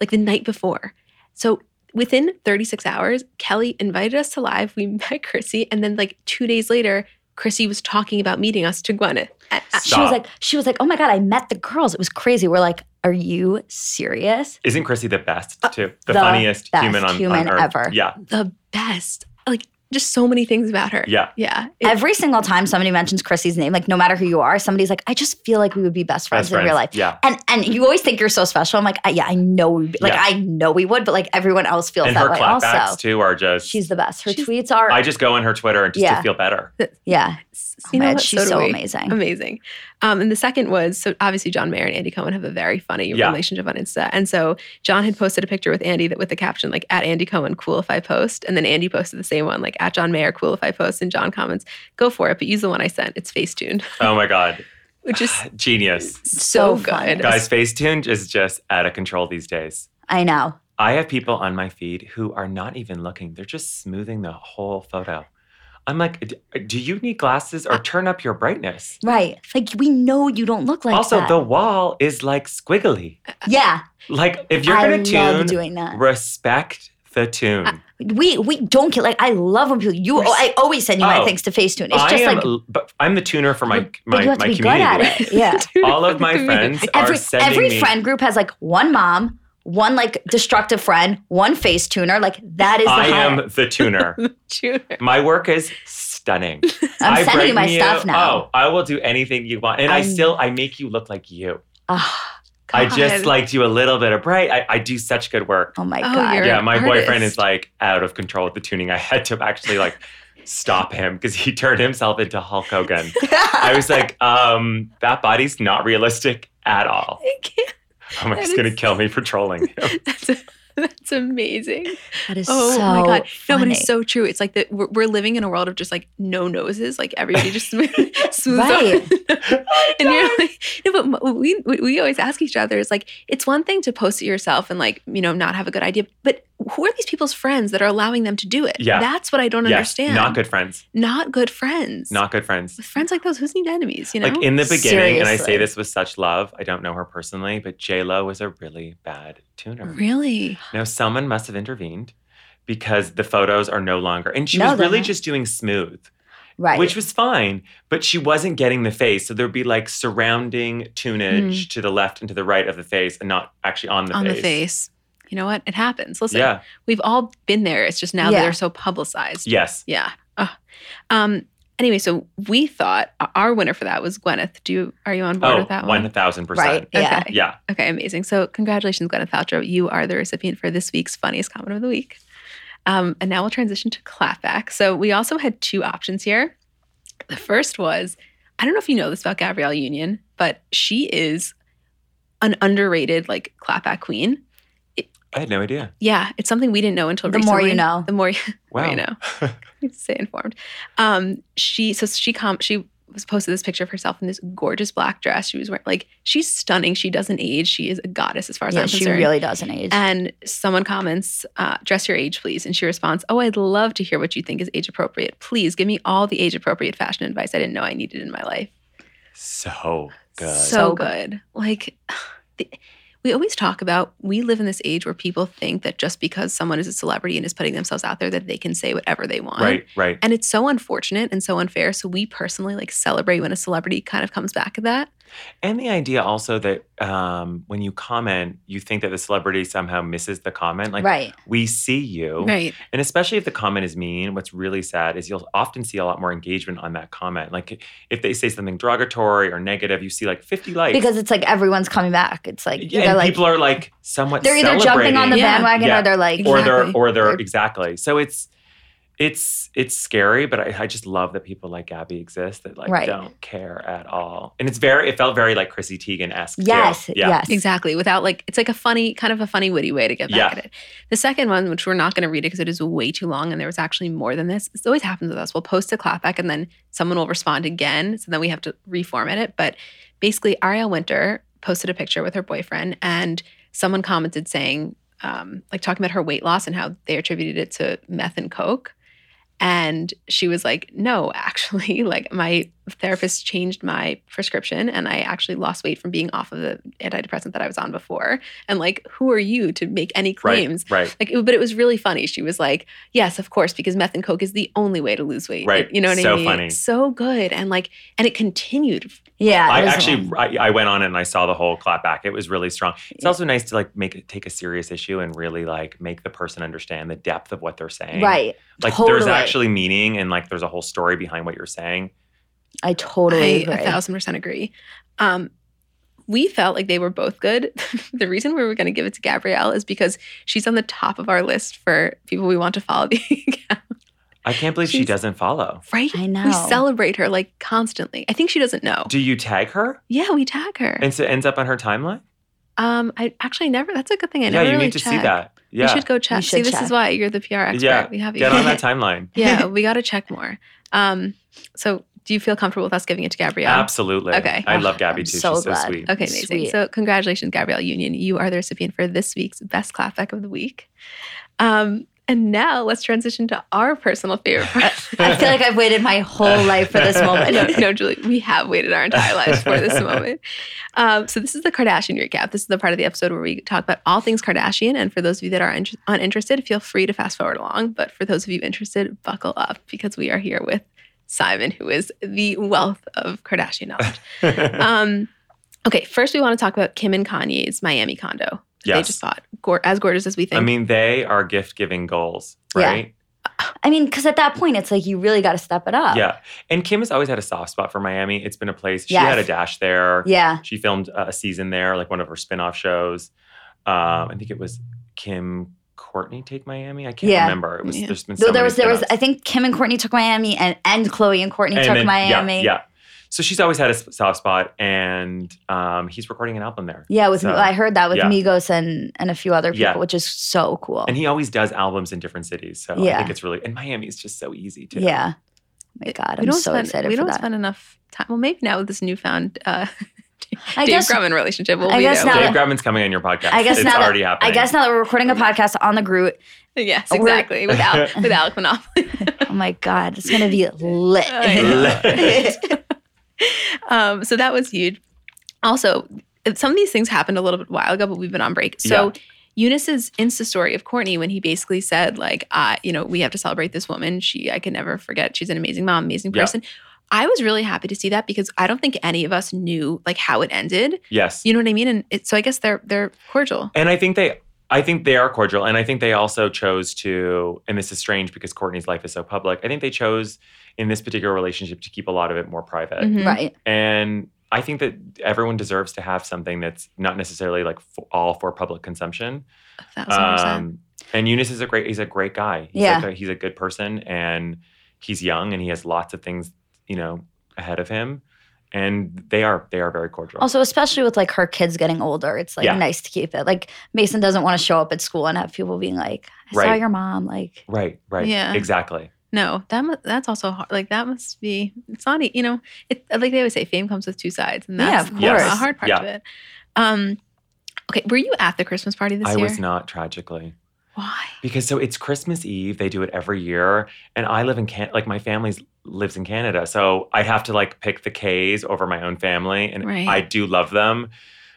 Speaker 2: like the night before. So within 36 hours, Kelly invited us to live. We met Chrissy. And then, like, two days later, Chrissy was talking about meeting us to Gwyneth. And- and-
Speaker 3: Uh, She was
Speaker 4: Stop.
Speaker 3: like, she was like, oh my god, I met the girls. It was crazy. We're like, are you serious?
Speaker 4: Isn't Chrissy the best too?
Speaker 3: Uh, the
Speaker 4: The, funniest
Speaker 3: best
Speaker 4: human on, on
Speaker 3: human
Speaker 4: earth.
Speaker 3: ever.
Speaker 4: Yeah,
Speaker 2: the best. Like, just so many things about her.
Speaker 4: yeah.
Speaker 2: Yeah. It-
Speaker 3: Every single time somebody mentions Chrissy's name, like no matter who you are, somebody's like, I just feel like we would be best friends
Speaker 4: Best
Speaker 3: in
Speaker 4: friends.
Speaker 3: real life.
Speaker 4: Yeah.
Speaker 3: And and you always think you're so special. I'm like, I, yeah, I know, we, like
Speaker 4: Yeah.
Speaker 3: I know we would, but like everyone else feels
Speaker 4: And
Speaker 3: that
Speaker 4: her
Speaker 3: way.
Speaker 4: clapbacks
Speaker 3: Also,
Speaker 4: too are just.
Speaker 3: she's the best. Her
Speaker 2: She's-
Speaker 3: tweets are,
Speaker 4: I just go on her Twitter and just
Speaker 3: Yeah.
Speaker 4: to feel better.
Speaker 3: yeah, Oh
Speaker 2: you know
Speaker 3: my God,
Speaker 2: what?
Speaker 3: she's
Speaker 2: do
Speaker 3: so
Speaker 2: we.
Speaker 3: amazing.
Speaker 2: Amazing. Um, and the second was so obviously John Mayer and Andy Cohen have a very funny
Speaker 4: Yeah.
Speaker 2: relationship on Insta. And so John had posted a picture with Andy that with the caption like at Andy Cohen, cool if I post. And then Andy posted the same one, like at John Mayer, cool if I post. And John comments, go for it, but use the one I sent. It's Facetune,
Speaker 4: Oh my god,
Speaker 2: which is
Speaker 4: genius!
Speaker 3: So
Speaker 2: so, good.
Speaker 3: fun.
Speaker 4: Guys, Facetune is just out of control these days.
Speaker 3: I know.
Speaker 4: I have people on my feed who are not even looking; they're just smoothing the whole photo. I'm like, "D- do you need glasses or turn up your brightness?
Speaker 3: Right. Like we know you don't look like
Speaker 4: also,
Speaker 3: that.
Speaker 4: the wall is like squiggly.
Speaker 3: yeah.
Speaker 4: Like if you're
Speaker 3: I
Speaker 4: gonna
Speaker 3: love
Speaker 4: tune,
Speaker 3: doing that. Uh,
Speaker 4: respect the tune.
Speaker 3: We we don't get like I love when people you oh, I always send you my
Speaker 4: Oh.
Speaker 3: things to Facetune. It's
Speaker 4: I
Speaker 3: just
Speaker 4: am,
Speaker 3: like
Speaker 4: l- but I'm the tuner for my
Speaker 3: but
Speaker 4: my,
Speaker 3: you have to
Speaker 4: my
Speaker 3: be good
Speaker 4: community.
Speaker 3: at it. Yeah.
Speaker 2: Dude,
Speaker 4: All of
Speaker 2: look
Speaker 4: my
Speaker 2: at me.
Speaker 4: friends are
Speaker 3: every
Speaker 4: sending
Speaker 3: every
Speaker 4: me.
Speaker 3: friend group has like one mom, one like destructive friend, one face tuner. Like that is the
Speaker 4: I
Speaker 3: hire.
Speaker 4: am the tuner.
Speaker 2: Shooter.
Speaker 4: My work is stunning.
Speaker 3: I'm
Speaker 4: I
Speaker 3: sending you
Speaker 4: bring
Speaker 3: my stuff now.
Speaker 4: Oh, I will do anything you want, and i
Speaker 3: I'm-
Speaker 4: still I make you look like you.
Speaker 3: Ah,
Speaker 4: I
Speaker 2: God.
Speaker 4: just like do a little bit of bright. I, I do such good work.
Speaker 3: Oh, my
Speaker 2: Oh,
Speaker 3: god.
Speaker 2: you're-
Speaker 4: yeah, my
Speaker 2: an
Speaker 4: boyfriend
Speaker 2: artist.
Speaker 4: is like out of control with the tuning. I had to actually like stop him because he turned himself into Hulk Hogan. I was like, um, that body's not realistic at all.
Speaker 2: I can't.
Speaker 4: Oh my,
Speaker 2: That
Speaker 4: he's gonna
Speaker 2: is-
Speaker 4: kill me for trolling him.
Speaker 2: That's, that's amazing.
Speaker 3: that is
Speaker 2: Oh
Speaker 3: so
Speaker 2: my god! No, but
Speaker 3: funny.
Speaker 2: it's so true. It's like that we're, we're living in a world of just like no noses. Like everybody just smooth, smooths
Speaker 3: Right.
Speaker 2: out. and you're like, no, but m- we we- we always ask each other. It's like it's one thing to post it yourself and like you know not have a good idea, but who are these people's friends that are allowing them to do it?
Speaker 4: Yeah.
Speaker 2: that's what I don't
Speaker 4: Yes,
Speaker 2: understand.
Speaker 4: Not good friends.
Speaker 2: Not good friends.
Speaker 4: Not good friends.
Speaker 2: with friends like those. Who's need enemies? You know.
Speaker 4: Like in the beginning, and I say
Speaker 3: Seriously.
Speaker 4: this with such love. I don't know her personally, but J Lo was a really bad tuner.
Speaker 2: Really?
Speaker 4: Now someone must have intervened because the photos are no longer, and she
Speaker 3: No,
Speaker 4: was
Speaker 3: they're
Speaker 4: really
Speaker 3: not.
Speaker 4: just doing smooth,
Speaker 3: right.
Speaker 4: which was fine, but she wasn't getting the face. So there'd be like surrounding tunage to the left and to the right of the face, and not actually on the
Speaker 2: on
Speaker 4: face.
Speaker 2: the face. You know what? It happens. Listen,
Speaker 4: Yeah.
Speaker 2: we've all been there. It's just now that
Speaker 3: Yeah.
Speaker 2: they're so publicized.
Speaker 4: Yes.
Speaker 2: Yeah. Ugh. Um. Anyway, so we thought our winner for that was Gwyneth. Do you are you on board
Speaker 4: Oh,
Speaker 2: with that
Speaker 4: one
Speaker 2: one?
Speaker 4: thousand
Speaker 3: Right.
Speaker 4: percent.
Speaker 3: Yeah.
Speaker 2: Okay.
Speaker 4: Yeah.
Speaker 2: Okay. Amazing. So congratulations, Gwyneth Paltrow. You are the recipient for this week's funniest comment of the week. Um, and now we'll transition to clapback. So we also had two options here. The first was I don't know if you know this about Gabrielle Union, but she is an underrated like clapback queen.
Speaker 4: I had no idea.
Speaker 2: Yeah, it's something we didn't know until
Speaker 3: The more
Speaker 2: recently.
Speaker 3: you know.
Speaker 2: The more
Speaker 3: Oh.
Speaker 4: Wow.
Speaker 2: you know. stay informed. Um, she so she com she was posted this picture of herself in this gorgeous black dress. She was wearing like she's stunning. She doesn't age. She is a goddess as far as
Speaker 3: yeah,
Speaker 2: I'm
Speaker 3: she
Speaker 2: concerned.
Speaker 3: really doesn't age.
Speaker 2: and someone comments, uh, dress your age, please. And she responds, Oh, I'd love to hear what you think is age appropriate. Please give me all the age appropriate fashion advice I didn't know I needed in my life.
Speaker 4: so good.
Speaker 2: So
Speaker 3: So good.
Speaker 2: good. Like, the, we always talk about we live in this age where people think that just because someone is a celebrity and is putting themselves out there, that they can say whatever they want.
Speaker 4: right. Right.
Speaker 2: And it's so unfortunate and so unfair. So we personally like celebrate when a celebrity kind of comes back at that.
Speaker 4: And the idea also that um, when you comment, you think that the celebrity somehow misses the comment. Like,
Speaker 3: right.
Speaker 4: we see you.
Speaker 2: Right.
Speaker 4: And especially if the comment is mean, what's really sad is you'll often see a lot more engagement on that comment. Like, if they say something derogatory or negative, you see like 50 likes.
Speaker 3: Because it's like everyone's coming back. It's like
Speaker 4: yeah,
Speaker 3: they're
Speaker 4: and
Speaker 3: like
Speaker 4: people are like somewhat
Speaker 3: they're either jumping on the
Speaker 4: celebrating.
Speaker 2: Yeah.
Speaker 3: bandwagon
Speaker 4: Yeah.
Speaker 3: or they're like
Speaker 4: or they're
Speaker 2: Exactly.
Speaker 4: or they're
Speaker 3: They're-
Speaker 4: exactly so it's it's it's scary, but I, I just love that people like Gabby exist that like
Speaker 3: Right.
Speaker 4: don't care at all. And it's very it felt very like Chrissy Teigen esque.
Speaker 3: Yes, yes.
Speaker 2: Exactly. Without like, it's like a funny, kind of a funny, witty way to get back
Speaker 4: Yeah.
Speaker 2: at it. The second one, which we're not going to read it because it is way too long and there was actually more than this. This always happens with us. We'll post a clapback and then someone will respond again. So then we have to reformat it. But basically, Ariel Winter posted a picture with her boyfriend and someone commented saying, um, like talking about her weight loss and how they attributed it to meth and coke. And she was like, no, actually, like my therapist changed my prescription and I actually lost weight from being off of the antidepressant that I was on before. And like, who are you to make any claims?
Speaker 4: Right. Right.
Speaker 2: Like, it- but it was really funny. She was like, "Yes, of course, because meth and coke is the only way to lose weight."
Speaker 4: Right.
Speaker 2: You know what I
Speaker 4: So
Speaker 2: mean?
Speaker 4: funny.
Speaker 2: So good, and like, and it continued.
Speaker 3: Yeah. it
Speaker 4: I
Speaker 3: was-
Speaker 4: actually I, I went on and I saw the whole clap back. It was really strong. It's also nice to like make it take a serious issue and really like make the person understand the depth of what they're saying.
Speaker 3: Right.
Speaker 4: Like there's
Speaker 3: Totally.
Speaker 4: actually meaning and like there's a whole story behind what you're saying.
Speaker 3: I totally
Speaker 2: I a
Speaker 3: agree.
Speaker 2: thousand percent agree. Um, we felt like they were both good. the reason we were going to give it to Gabrielle is because she's on the top of our list for people we want to follow the account,
Speaker 4: I can't believe she
Speaker 2: She's-
Speaker 4: doesn't follow.
Speaker 2: right?
Speaker 3: I know.
Speaker 2: We celebrate her like constantly. I think she doesn't know.
Speaker 4: Do you tag her?
Speaker 2: yeah, we tag her.
Speaker 4: And so it ends up on her timeline?
Speaker 2: um, I actually never. That's a good thing. I
Speaker 4: yeah,
Speaker 2: never
Speaker 4: you
Speaker 2: really
Speaker 4: need to see
Speaker 2: check.
Speaker 4: that.
Speaker 2: You
Speaker 4: Yeah.
Speaker 2: should go check.
Speaker 3: You
Speaker 2: See,
Speaker 3: should
Speaker 2: this
Speaker 3: check.
Speaker 2: is why you're the PR expert.
Speaker 4: Yeah.
Speaker 2: We have you.
Speaker 4: Get on that timeline.
Speaker 2: yeah, we got to check more. Um, so do you feel comfortable with us giving it to Gabrielle?
Speaker 4: Absolutely.
Speaker 2: Okay.
Speaker 4: I love
Speaker 3: Ah,
Speaker 4: Gabby
Speaker 3: I'm
Speaker 4: too.
Speaker 3: so
Speaker 4: She's so
Speaker 3: glad.
Speaker 4: sweet.
Speaker 2: Okay, amazing.
Speaker 3: Sweet.
Speaker 2: So congratulations, Gabrielle Union. You are the recipient for this week's best clapback of the week. Um, and now let's transition to our personal favorite part.
Speaker 3: I feel like I've waited my whole life for this moment.
Speaker 2: no, no, Julie, we have waited our entire lives for this moment. Um, so this is the Kardashian recap. This is the part of the episode where we talk about all things Kardashian. And for those of you that are inter- uninterested, feel free to fast forward along. But for those of you interested, buckle up because we are here with Simon, who is the wealth of Kardashian knowledge. um, okay, first we want to talk about Kim and Kanye's Miami condo. that They
Speaker 4: Yes.
Speaker 2: just bought Gor as gorgeous as we think.
Speaker 4: I mean, they are gift giving goals,
Speaker 3: Yeah.
Speaker 4: right?
Speaker 3: I mean, because at that point, it's like you really got to step it up.
Speaker 4: Yeah. And Kim has always had a soft spot for Miami. It's been a place. She
Speaker 3: Yes.
Speaker 4: had a dash there.
Speaker 3: Yeah.
Speaker 4: She filmed uh, a season there, like one of her spin-off shows. Um, I think it was Kim Courtney Take Miami. I can't
Speaker 3: Yeah.
Speaker 4: remember. It was
Speaker 2: Yeah.
Speaker 4: there's been so
Speaker 3: Though there
Speaker 4: many
Speaker 3: was, there was.
Speaker 4: spin-offs.
Speaker 3: I think Kim and Courtney took Miami, and and Chloe and Courtney
Speaker 4: And
Speaker 3: took
Speaker 4: then- yeah,
Speaker 3: Miami.
Speaker 4: Yeah, So she's always had a s- soft spot, and um, he's recording an album there.
Speaker 3: Yeah, with
Speaker 4: So,
Speaker 3: I heard that with
Speaker 4: yeah.
Speaker 3: Migos and and a few other people,
Speaker 4: Yeah.
Speaker 3: which is so cool.
Speaker 4: And he always does albums in different cities. So I
Speaker 3: Yeah.
Speaker 4: think it's really and Miami is just so easy too.
Speaker 3: yeah. Oh my God,
Speaker 2: we
Speaker 3: I'm
Speaker 2: don't
Speaker 3: so
Speaker 2: spend,
Speaker 3: excited
Speaker 2: We
Speaker 3: for
Speaker 2: don't
Speaker 3: that.
Speaker 2: spend enough time. Well, maybe now with this newfound uh,
Speaker 3: I
Speaker 2: Dave
Speaker 3: guess
Speaker 2: Grumman relationship, we'll
Speaker 3: I
Speaker 2: be
Speaker 3: guess
Speaker 2: there.
Speaker 3: now
Speaker 4: Dave
Speaker 3: that-
Speaker 4: Grabman's coming on your podcast.
Speaker 3: I guess
Speaker 4: it's
Speaker 3: now that-
Speaker 4: already
Speaker 3: I
Speaker 4: happening.
Speaker 3: guess now that we're recording a podcast on the Groot,
Speaker 2: yes,
Speaker 3: We're-
Speaker 2: exactly. Without without monopoly.
Speaker 3: oh my God, it's gonna be lit.
Speaker 2: I know. um, so that was huge. Also, some of these things happened a little bit while ago, but we've been on break. So Eunice's Insta story of Courtney when he basically said, like, I, you know, we have to celebrate this woman. She, I can never forget. She's an amazing mom, amazing
Speaker 4: Yeah.
Speaker 2: person. I was really happy to see that because I don't think any of us knew like how it ended.
Speaker 4: yes.
Speaker 2: You know what I mean? And it, so I guess they're they're cordial.
Speaker 4: And I think they I think they are cordial. And I think they also chose to, and this is strange because Courtney's life is so public. I think they chose in this particular relationship to keep a lot of it more private.
Speaker 2: Mhm.
Speaker 3: right.
Speaker 4: And I think that everyone deserves to have something that's not necessarily like f all for public consumption.
Speaker 2: A thousand percent.
Speaker 4: Um, and Eunice is a great he's a great guy. He's
Speaker 3: Yeah.
Speaker 4: like a- he's a good person and he's young and he has lots of things, you know, ahead of him. And they are they are very cordial.
Speaker 3: Also, especially with like her kids getting older, it's like
Speaker 4: Yeah.
Speaker 3: nice to keep it. Like Mason doesn't want to show up at school and have people being like, "I saw
Speaker 4: Right.
Speaker 3: your mom." Like,
Speaker 4: right, right.
Speaker 2: Yeah.
Speaker 4: Exactly.
Speaker 2: No, that mu- that's also hard. like that must be it's not e- you know it like they always say fame comes with two sides and
Speaker 3: Yeah,
Speaker 2: that's
Speaker 3: of
Speaker 2: the
Speaker 3: course.
Speaker 2: hard part
Speaker 4: Yeah.
Speaker 2: of it. Um, okay, were you at the Christmas party this
Speaker 4: I
Speaker 2: year?
Speaker 4: was not tragically.
Speaker 2: Why?
Speaker 4: Because so it's Christmas Eve, they do it every year, and I live in Can like my family lives in Canada, so I have to like pick the K's over my own family, and
Speaker 2: Right.
Speaker 4: I do love them,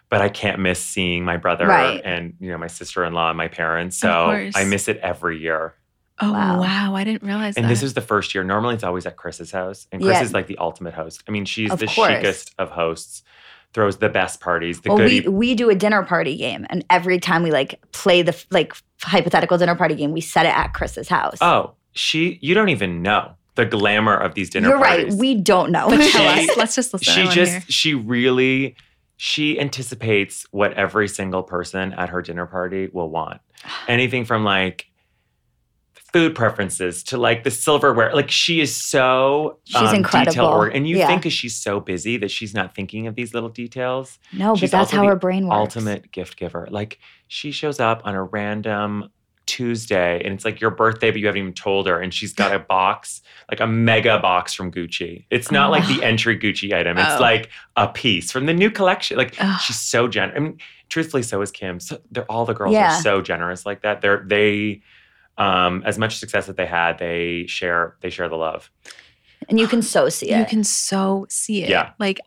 Speaker 4: but I can't miss seeing my brother
Speaker 3: Right.
Speaker 4: and you know my sister in law and my parents,
Speaker 2: Of
Speaker 4: so
Speaker 2: course.
Speaker 4: I miss it every year.
Speaker 2: Oh wow,
Speaker 3: Wow.
Speaker 2: I didn't realize
Speaker 4: And
Speaker 2: that.
Speaker 4: this is the first year. Normally, it's always at Chris's house, and Chris
Speaker 3: Yeah.
Speaker 4: is like the ultimate host. I mean, she's
Speaker 3: Of
Speaker 4: the
Speaker 3: course.
Speaker 4: chicest of hosts, throws the best parties, the
Speaker 3: well,
Speaker 4: goody
Speaker 3: we we do a dinner party game, and every time we like play the f- like hypothetical dinner party game, we set it at Chris's house.
Speaker 4: Oh, she you don't even know the glamour of these dinner
Speaker 3: You're
Speaker 4: parties.
Speaker 3: right. We don't know.
Speaker 2: but tell
Speaker 4: she-
Speaker 2: us. Let's just listen. I
Speaker 4: she
Speaker 2: wanna
Speaker 4: just
Speaker 2: hear.
Speaker 4: she really she anticipates what every single person at her dinner party will want. Anything from like food preferences to like the silverware. Like she is so
Speaker 3: She's incredible.
Speaker 4: detail oriented. And you
Speaker 3: Yeah.
Speaker 4: think because she's so busy that she's not thinking of these little details.
Speaker 3: No, but
Speaker 4: She's
Speaker 3: that's
Speaker 4: also
Speaker 3: how
Speaker 4: the
Speaker 3: her brain works.
Speaker 4: Ultimate gift giver. Like she shows up on a random Tuesday and it's like your birthday, but you haven't even told her. And she's got a box, like a mega box from Gucci. It's not like
Speaker 3: Oh.
Speaker 4: the entry Gucci item. It's
Speaker 2: Oh.
Speaker 4: like a piece from the new collection. Like
Speaker 2: Ugh.
Speaker 4: she's so generous. I mean, truthfully, so is Kim. So they're all the girls
Speaker 3: Yeah.
Speaker 4: are so generous like that. They're they um as much success that they had, they share they share the love.
Speaker 3: And you can so see it.
Speaker 2: You can so see it.
Speaker 4: Yeah.
Speaker 2: Like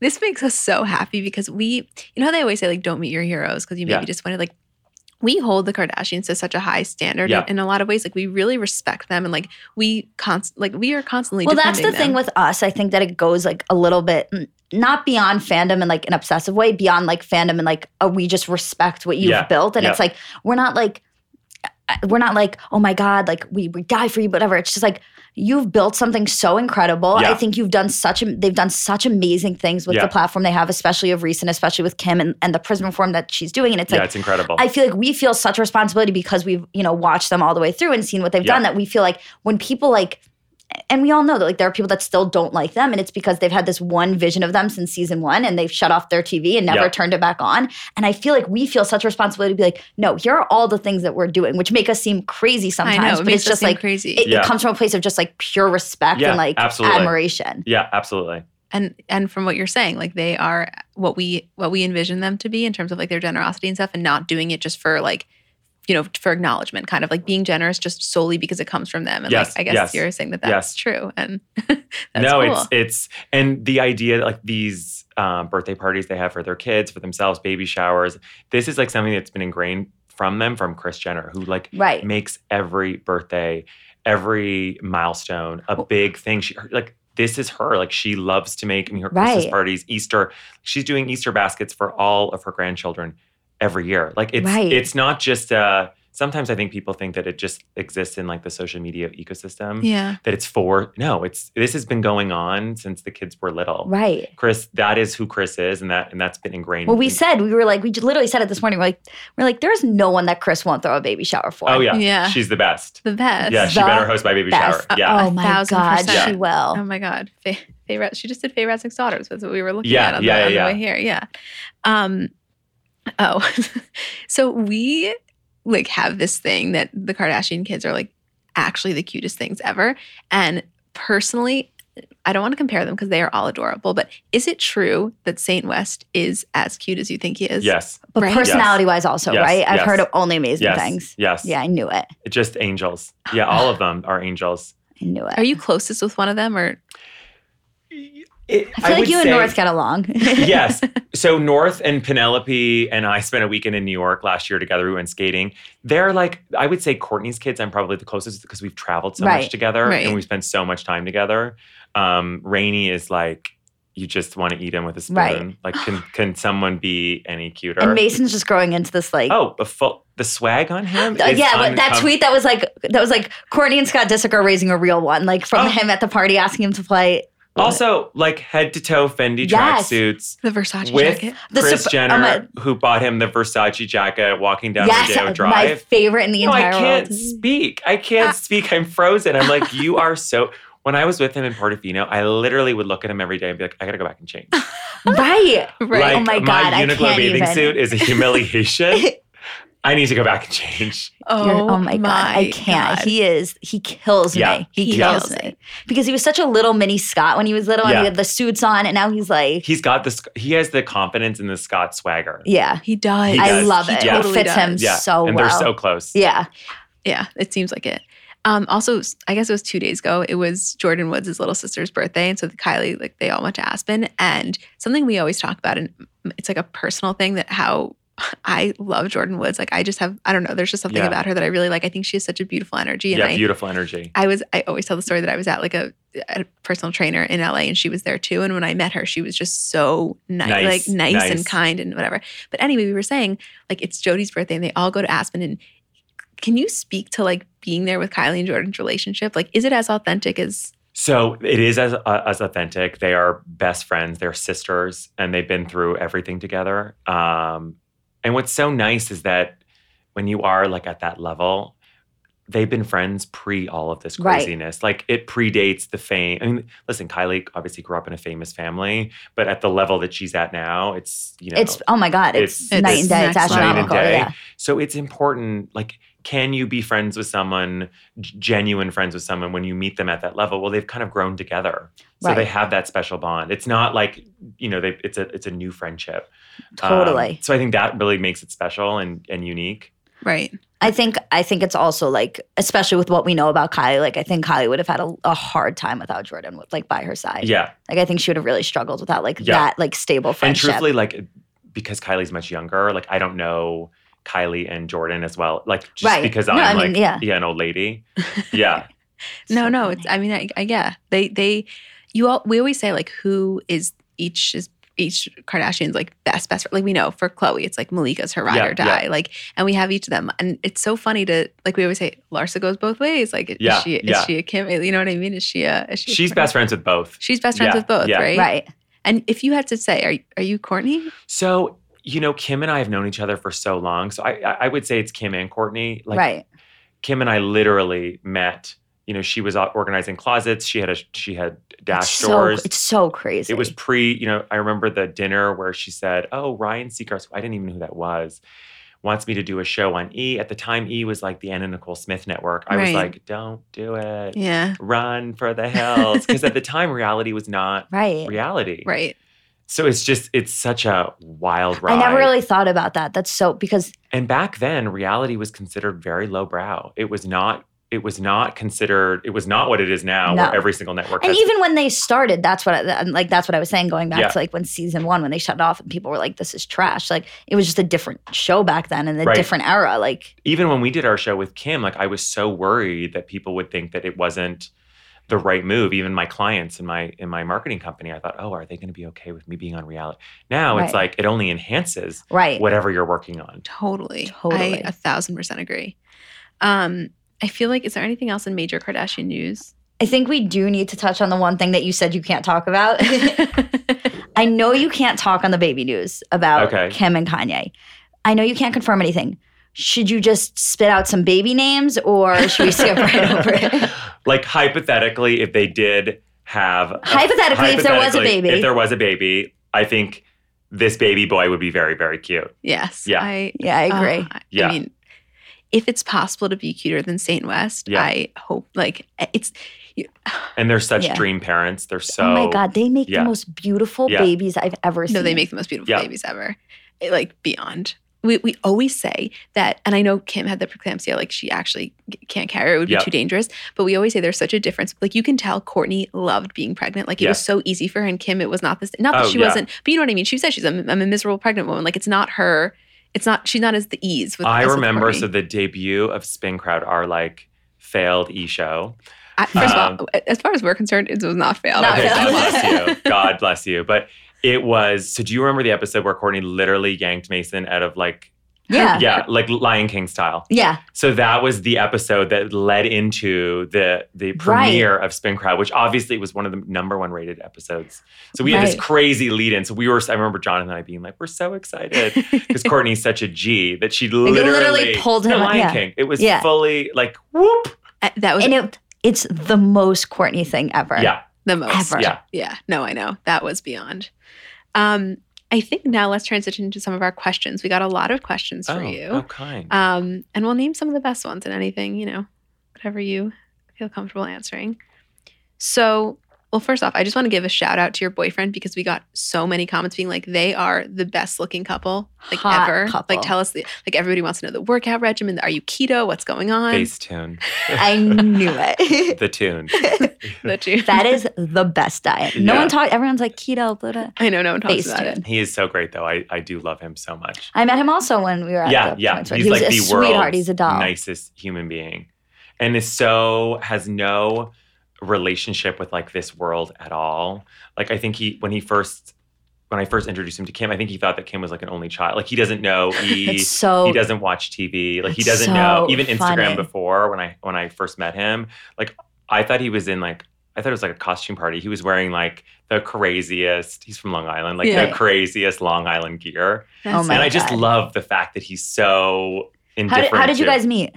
Speaker 2: this makes us so happy because we, you know, how they always say like, don't meet your heroes because you may
Speaker 4: Yeah.
Speaker 2: be disappointed. Like we hold the Kardashians to such a high standard
Speaker 4: Yeah.
Speaker 2: in, in a lot of ways. Like we really respect them and like we const like we are constantly.
Speaker 3: well that's the
Speaker 2: defending
Speaker 3: thing
Speaker 2: them.
Speaker 3: with us i think that it goes like a little bit n- not beyond fandom in like an obsessive way beyond like fandom and like oh, we just respect what you've
Speaker 4: Yeah,
Speaker 3: built and
Speaker 4: yeah.
Speaker 3: it's like we're not like uh, we're not like oh my god like we, we die for you whatever it's just like you've built something so incredible i
Speaker 4: Yeah.
Speaker 3: think you've done such am- they've done such amazing things with
Speaker 4: Yeah.
Speaker 3: the platform they have especially of recent especially with kim and, and the prism reform that she's doing and it's
Speaker 4: yeah,
Speaker 3: like
Speaker 4: it's incredible.
Speaker 3: I feel like we feel such responsibility because we've, you know, watched them all the way through and seen what they've
Speaker 4: Yeah.
Speaker 3: done that we feel like when people like and we all know that like there are people that still don't like them and it's because they've had this one vision of them since season 1 and they've shut off their TV and never
Speaker 4: Yeah.
Speaker 3: turned it back on and I feel like we feel such responsibility to be like no here are all the things that we're doing which make us seem crazy
Speaker 2: I
Speaker 3: sometimes
Speaker 2: know, it
Speaker 3: but
Speaker 2: makes
Speaker 3: it's
Speaker 2: us
Speaker 3: just
Speaker 2: seem
Speaker 3: like
Speaker 2: crazy.
Speaker 3: it,
Speaker 4: Yeah.
Speaker 3: it comes from a place of just like pure respect
Speaker 4: Yeah,
Speaker 3: and like
Speaker 4: absolutely.
Speaker 3: admiration
Speaker 4: yeah, absolutely.
Speaker 2: and and from what you're saying like they are what we what we envision them to be in terms of like their generosity and stuff and not doing it just for like you know for acknowledgement kind of like being generous just solely because it comes from them and
Speaker 4: Yes,
Speaker 2: like i guess
Speaker 4: yes,
Speaker 2: you're saying that that's
Speaker 4: yes.
Speaker 2: true and that's
Speaker 4: no,
Speaker 2: cool.
Speaker 4: it's it's and the idea that, like these um, birthday parties they have for their kids, for themselves, baby showers. This is like something that's been ingrained from them from Chris Jenner, who like
Speaker 3: right
Speaker 4: makes every birthday, every milestone a
Speaker 2: Well-
Speaker 4: big thing. She her- like this is her. Like she loves to make I mean, her Christmas
Speaker 3: Right.
Speaker 4: parties, Easter. She's doing Easter baskets for all of her grandchildren every year. Like it's
Speaker 3: Right.
Speaker 4: it's not just uh sometimes I think people think that it just exists in like the social media ecosystem.
Speaker 2: yeah
Speaker 4: That it's for no, it's this has been going on since the kids were little.
Speaker 3: right
Speaker 4: Chris, that is who Chris is, and that and that's been ingrained.
Speaker 3: Well, we
Speaker 4: in-
Speaker 3: said we were like we j- literally said it this morning. We're like we're like there is no one that Chris won't throw a baby shower for.
Speaker 4: Oh yeah,
Speaker 2: Yeah.
Speaker 4: she's the best.
Speaker 2: the best
Speaker 4: yeah, she
Speaker 3: The
Speaker 4: better host my baby
Speaker 3: best.
Speaker 4: shower. Yeah,
Speaker 3: Oh
Speaker 2: A
Speaker 3: my
Speaker 2: thousand
Speaker 3: god,
Speaker 2: percent.
Speaker 3: she will.
Speaker 2: oh my god faye, faye Ra- she just did faye Radnick's daughters that's what we were looking
Speaker 4: Yeah,
Speaker 2: at on,
Speaker 4: yeah,
Speaker 2: the, on
Speaker 4: yeah,
Speaker 2: the way here yeah um oh so we like have this thing that the kardashian kids are like actually the cutest things ever and personally i don't want to compare them because they are all adorable but is it true that saint west is as cute as you think he is
Speaker 4: yes,
Speaker 3: But
Speaker 2: Right?
Speaker 3: personality wise, also
Speaker 4: Yes,
Speaker 3: right. I've
Speaker 4: yes.
Speaker 3: heard of only amazing
Speaker 4: yes,
Speaker 3: things.
Speaker 4: yes.
Speaker 3: Yeah, I knew it.
Speaker 4: Just angels. Yeah, all of them are angels.
Speaker 3: I knew it.
Speaker 2: are you closest with one of them or
Speaker 3: I feel like you and North get along.
Speaker 4: yes. So North and Penelope and I spent a weekend in New York last year together. We went skating. They're like, I would say Courtney's kids. I'm probably the closest because we've traveled so
Speaker 3: Right.
Speaker 4: much together
Speaker 2: Right.
Speaker 4: and we spent so much time together. Um, Rainy is like, you just want to eat him with a spoon.
Speaker 3: Right.
Speaker 4: Like, can can someone be any cuter?
Speaker 3: and Mason's just growing into this like.
Speaker 4: oh, a full, the swag on him.
Speaker 3: th-
Speaker 4: is
Speaker 3: yeah, but that
Speaker 4: uncom-
Speaker 3: tweet that was like that was like Courtney and Scott Disick are raising a real one, like from
Speaker 4: Oh.
Speaker 3: him at the party asking him to play
Speaker 4: Also, like head to toe Fendi
Speaker 3: Yes.
Speaker 4: tracksuits.
Speaker 2: the versace
Speaker 4: With-
Speaker 2: jacket
Speaker 3: The
Speaker 4: Chris
Speaker 3: sup- oh
Speaker 4: Jenner,
Speaker 3: I'm a-
Speaker 4: who bought him the Versace jacket walking down
Speaker 3: yes,
Speaker 4: Rodeo
Speaker 3: my
Speaker 4: Drive.
Speaker 3: favorite in the
Speaker 4: no, I
Speaker 3: entire
Speaker 4: can't
Speaker 3: world. Ah.
Speaker 4: speak. I can't speak. I'm frozen. I'm like, you are so. When I was with him in Portofino, I literally would look at him every day and be like, I gotta go back and change.
Speaker 3: Right.
Speaker 2: right
Speaker 4: Like,
Speaker 3: Oh my God, I
Speaker 4: Uniqlo
Speaker 3: can't
Speaker 4: bathing
Speaker 3: even.
Speaker 4: suit is a humiliation. I need to go back and change.
Speaker 2: oh,
Speaker 3: You're- oh my god, I can't.
Speaker 2: God.
Speaker 3: He is. He kills
Speaker 4: Yeah.
Speaker 3: me. He,
Speaker 2: He
Speaker 3: kills
Speaker 2: kills me.
Speaker 3: me because he was such a little mini Scott when he was little, and
Speaker 4: Yeah.
Speaker 3: he had the suits on, and now he's like,
Speaker 4: He's got this. He has the confidence and the Scott swagger.
Speaker 3: yeah,
Speaker 2: He does.
Speaker 4: He
Speaker 3: I
Speaker 4: does.
Speaker 3: love
Speaker 2: He
Speaker 3: it.
Speaker 2: totally
Speaker 3: it fits him
Speaker 2: does.
Speaker 4: Yeah,
Speaker 3: so
Speaker 4: and
Speaker 3: well.
Speaker 4: they're so close.
Speaker 3: yeah,
Speaker 2: Yeah, it seems like it. Um, also, s- I guess it was two days ago. It was Jordan Woods' little sister's birthday, and so the Kylie, like they all went to Aspen. And something we always talk about, and it's like a personal thing that how I love Jordan Woods. Like I just have, I don't know. There's just something
Speaker 4: Yeah.
Speaker 2: about her that I really like. I think she has such a beautiful energy, and
Speaker 4: yeah,
Speaker 2: I,
Speaker 4: beautiful energy.
Speaker 2: I was I always tell the story that I was at like a, a personal trainer in LA and she was there too. And when I met her, she was just so nice,
Speaker 4: Nice,
Speaker 2: like nice,
Speaker 4: nice.
Speaker 2: and kind and whatever. But anyway, we were saying like it's Jody's birthday and they all go to Aspen and can you speak to like being there with Kylie and Jordan's relationship? Like, is it as authentic as
Speaker 4: So it is as uh, as authentic. They are best friends. They're sisters, and they've been through everything together. Um, and what's so nice is that when you are like at that level, they've been friends pre all of this
Speaker 3: Right.
Speaker 4: craziness. Like it predates the fame. I mean, listen, Kylie obviously grew up in a famous family, but at the level that she's at now, it's you know
Speaker 3: It's oh my god, it's,
Speaker 4: It's-
Speaker 3: night and day. It's
Speaker 2: It's next level.
Speaker 3: astronomical.
Speaker 4: Night and day.
Speaker 3: Yeah.
Speaker 4: So it's important, like, can you be friends with someone, g- genuine friends with someone when you meet them at that level? Well, they've kind of grown together. So they
Speaker 3: Right.
Speaker 4: have that special bond. It's not like, you know, they it's a it's a new friendship. Um,
Speaker 3: Totally.
Speaker 4: so I think that really makes it special and, and unique.
Speaker 2: Right.
Speaker 3: I think I think it's also like, especially with what we know about Kylie, like I think Kylie would have had a, a hard time without Jordan with- like by her side.
Speaker 4: Yeah.
Speaker 3: Like I think she would have really struggled without like
Speaker 4: Yeah.
Speaker 3: that like stable
Speaker 4: And
Speaker 3: friendship.
Speaker 4: truthfully, like because Kylie's much younger, like I don't know Kylie and Jordan as well. Like just
Speaker 3: Right.
Speaker 4: because
Speaker 3: No,
Speaker 4: I'm
Speaker 3: I mean,
Speaker 4: like
Speaker 3: yeah.
Speaker 4: an old lady. Yeah.
Speaker 2: No,
Speaker 3: So
Speaker 2: no.
Speaker 3: funny.
Speaker 2: It's I mean, I, I yeah. They they you all we always say like who is each is each Kardashian's like best best friend. Like we know for Chloe, it's like Malika's her ride
Speaker 4: Yeah,
Speaker 2: or die. Like and we have each of them. And it's so funny to like we always say Larsa goes both ways. Like
Speaker 4: Yeah,
Speaker 2: is she is
Speaker 4: yeah.
Speaker 2: she a Kim? You know what I mean? Is she a is she a
Speaker 4: She's
Speaker 2: Kourtney?
Speaker 4: best friends with both.
Speaker 2: She's best friends
Speaker 4: Yeah,
Speaker 2: with both,
Speaker 4: yeah.
Speaker 2: right?
Speaker 3: right.
Speaker 2: And if you had to say, are are you Courtney?
Speaker 4: So, you know, Kim and I have known each other for so long. So I I I would say it's Kim and Courtney. Like
Speaker 3: right.
Speaker 4: Kim and I literally met. You know, she was out organizing closets. She had a she had dash
Speaker 3: it's
Speaker 4: stores.
Speaker 3: So, it's so crazy.
Speaker 4: it was pre, you know, I remember the dinner where she said, Oh, Ryan Seacrest, I didn't even know who that was, wants me to do a show on E. At the time, E was like the Anna Nicole Smith network. I was
Speaker 2: Right.
Speaker 4: like, Don't do it.
Speaker 2: Yeah.
Speaker 4: Run for the hills. Because at the time, reality was not
Speaker 3: right.
Speaker 4: reality.
Speaker 2: Right.
Speaker 4: So it's just, it's such a wild ride.
Speaker 3: I never really thought about that. That's so because
Speaker 4: And back then, reality was considered very lowbrow. It was not. It was not considered. It was not what it is now,
Speaker 3: No.
Speaker 4: where every single network.
Speaker 3: and
Speaker 4: has,
Speaker 3: even when they started, that's what I, and, like that's what I was saying. Going back
Speaker 4: Yeah.
Speaker 3: to like when season one, when they shut it off, and people were like, "This is trash." Like it was just a different show back then and a
Speaker 4: Right.
Speaker 3: different era. Like
Speaker 4: even when we did our show with Kim, like I was so worried that people would think that it wasn't the right move. Even my clients in my in my marketing company, I thought, oh, are they going to be okay with me being on reality? Now it's
Speaker 3: Right.
Speaker 4: like it only enhances
Speaker 3: right.
Speaker 4: whatever you're working on.
Speaker 2: Totally.
Speaker 3: Totally.
Speaker 2: I a thousand percent agree. Um, I feel like is there anything else in major Kardashian news?
Speaker 3: I think we do need to touch on the one thing that you said you can't talk about. I know you can't talk on the baby news about
Speaker 4: Okay.
Speaker 3: Kim and Kanye. I know you can't confirm anything. Should you just spit out some baby names or should we skip right over it?
Speaker 4: Like hypothetically, if they did have a-
Speaker 3: Hypothetically, if there was a
Speaker 4: hypothetically,
Speaker 3: baby.
Speaker 4: if there was a baby, I think this baby boy would be very very cute.
Speaker 2: yes.
Speaker 4: Yeah.
Speaker 2: I
Speaker 3: Yeah, I agree.
Speaker 2: uh, I-
Speaker 4: Yeah.
Speaker 2: I mean, if it's possible to be cuter than Saint West,
Speaker 4: Yeah.
Speaker 2: I hope like eh, it's
Speaker 4: And they're such
Speaker 3: Yeah.
Speaker 4: dream parents. They're so
Speaker 3: oh my God, they make
Speaker 4: yeah.
Speaker 3: the most beautiful
Speaker 4: Yeah.
Speaker 3: babies I've ever seen.
Speaker 2: no, they make the most beautiful
Speaker 4: Yeah.
Speaker 2: babies ever. It, like beyond. We, we always say that, and I know Kim had the preeclampsia, like she actually g- can't carry her, it would be
Speaker 4: Yeah.
Speaker 2: too dangerous. But we always say there's such a difference. Like you can tell Courtney loved being pregnant. Like it was
Speaker 4: Yeah.
Speaker 2: so easy for her, and Kim, it was not this. Not that
Speaker 4: Oh,
Speaker 2: she
Speaker 4: yeah.
Speaker 2: wasn't, but you know what I mean. She said she's a, I'm a miserable pregnant woman. Like it's not her. It's not. She's not as the ease. With,
Speaker 4: I
Speaker 2: as with
Speaker 4: remember
Speaker 2: Courtney.
Speaker 4: so the debut of Spin Crowd, our like failed e show.
Speaker 2: I, first of
Speaker 4: um,
Speaker 2: all, as far as we're concerned, it was not fail.
Speaker 3: Not
Speaker 4: Okay,
Speaker 3: failed.
Speaker 4: God bless you. God bless you. But it was so do you remember the episode where Courtney literally yanked Mason out of like
Speaker 3: Yeah. Yeah.
Speaker 4: yeah, like Lion King style. So that was the episode that led into the the premiere of Spin Crowd, which obviously was one of the number one rated episodes. So we had
Speaker 3: Right.
Speaker 4: this crazy lead in. So we were I remember Jonathan and I being like, we're so excited. Because Courtney's such a G that she
Speaker 3: literally
Speaker 4: literally,
Speaker 3: pulled him
Speaker 4: no,
Speaker 3: up,
Speaker 4: Lion
Speaker 3: yeah.
Speaker 4: King. It was
Speaker 3: Yeah.
Speaker 4: fully like whoop.
Speaker 2: Uh, that was
Speaker 3: And it, it's the most Courtney thing ever.
Speaker 4: Yeah.
Speaker 2: the most.
Speaker 3: Ever.
Speaker 4: Yeah.
Speaker 2: Yeah. No, I know. That was beyond. Um, I think now let's transition to some of our questions. We got a lot of questions for
Speaker 4: oh,
Speaker 2: you.
Speaker 4: How kind.
Speaker 2: Um, and we'll name some of the best ones and anything, you know, whatever you feel comfortable answering. So, well, first off, I just want to give a shout out to your boyfriend because we got so many comments being like, they are the best looking couple, like
Speaker 3: Hot
Speaker 2: ever.
Speaker 3: couple.
Speaker 2: Like, tell us, the, like, everybody wants to know the workout regimen. Are you keto? What's going on?
Speaker 4: Bass tune.
Speaker 3: I knew it.
Speaker 4: the tune.
Speaker 2: That you-
Speaker 3: that is the best diet. No
Speaker 4: Yeah.
Speaker 3: one talks, everyone's like keto, blah, blah.
Speaker 2: I know no one talks
Speaker 3: Face
Speaker 2: about
Speaker 3: tune.
Speaker 2: it.
Speaker 4: He is so great though. I, I do love him so much.
Speaker 3: I met him also when we were at
Speaker 4: yeah,
Speaker 3: the
Speaker 4: yeah.
Speaker 3: Points
Speaker 4: He's
Speaker 3: Where-
Speaker 4: like
Speaker 3: he was a
Speaker 4: the
Speaker 3: sweetheart.
Speaker 4: world's
Speaker 3: He's a doll.
Speaker 4: nicest human being. And is so has no relationship with like this world at all. Like I think he when he first when I first introduced him to Kim, I think he thought that Kim was like an only child. Like he doesn't know he
Speaker 3: It's so
Speaker 4: he doesn't watch TV. Like he
Speaker 3: That's
Speaker 4: doesn't know
Speaker 3: so
Speaker 4: even
Speaker 3: funny.
Speaker 4: Instagram before when I when I first met him. Like I thought he was in like I thought it was like a costume party. He was wearing like the craziest. He's from Long Island, like
Speaker 2: Yeah.
Speaker 4: the craziest Long Island gear.
Speaker 3: Oh
Speaker 2: That's-
Speaker 3: my
Speaker 4: and I just
Speaker 3: God.
Speaker 4: love the fact that he's so
Speaker 3: How
Speaker 4: indifferent.
Speaker 3: did, how did you
Speaker 4: to-
Speaker 3: guys meet?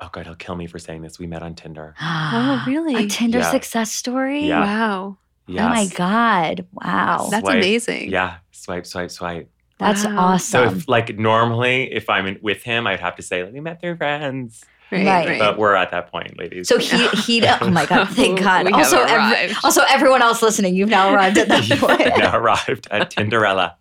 Speaker 4: oh God, he'll kill me for saying this. We met on Tinder.
Speaker 2: Oh, really?
Speaker 3: A Tinder
Speaker 4: Yeah.
Speaker 3: success story?
Speaker 4: Yeah.
Speaker 2: Wow.
Speaker 4: Yes.
Speaker 3: Oh my God. Wow.
Speaker 4: That-
Speaker 2: That's
Speaker 4: Swipe.
Speaker 2: amazing.
Speaker 4: Yeah. Swipe, swipe, swipe.
Speaker 3: That's
Speaker 2: Wow.
Speaker 4: So
Speaker 3: awesome.
Speaker 4: if like normally if I'm in, with him, I'd have to say, we met through friends.
Speaker 2: Right.
Speaker 3: Right.
Speaker 2: right.
Speaker 4: But we're at that point, ladies.
Speaker 3: So he he. Oh my god! Thank God.
Speaker 2: We have
Speaker 3: also, every,
Speaker 2: arrived.
Speaker 3: also everyone else listening, you've now arrived at that
Speaker 4: You've
Speaker 3: point.
Speaker 4: now arrived at Tinderella.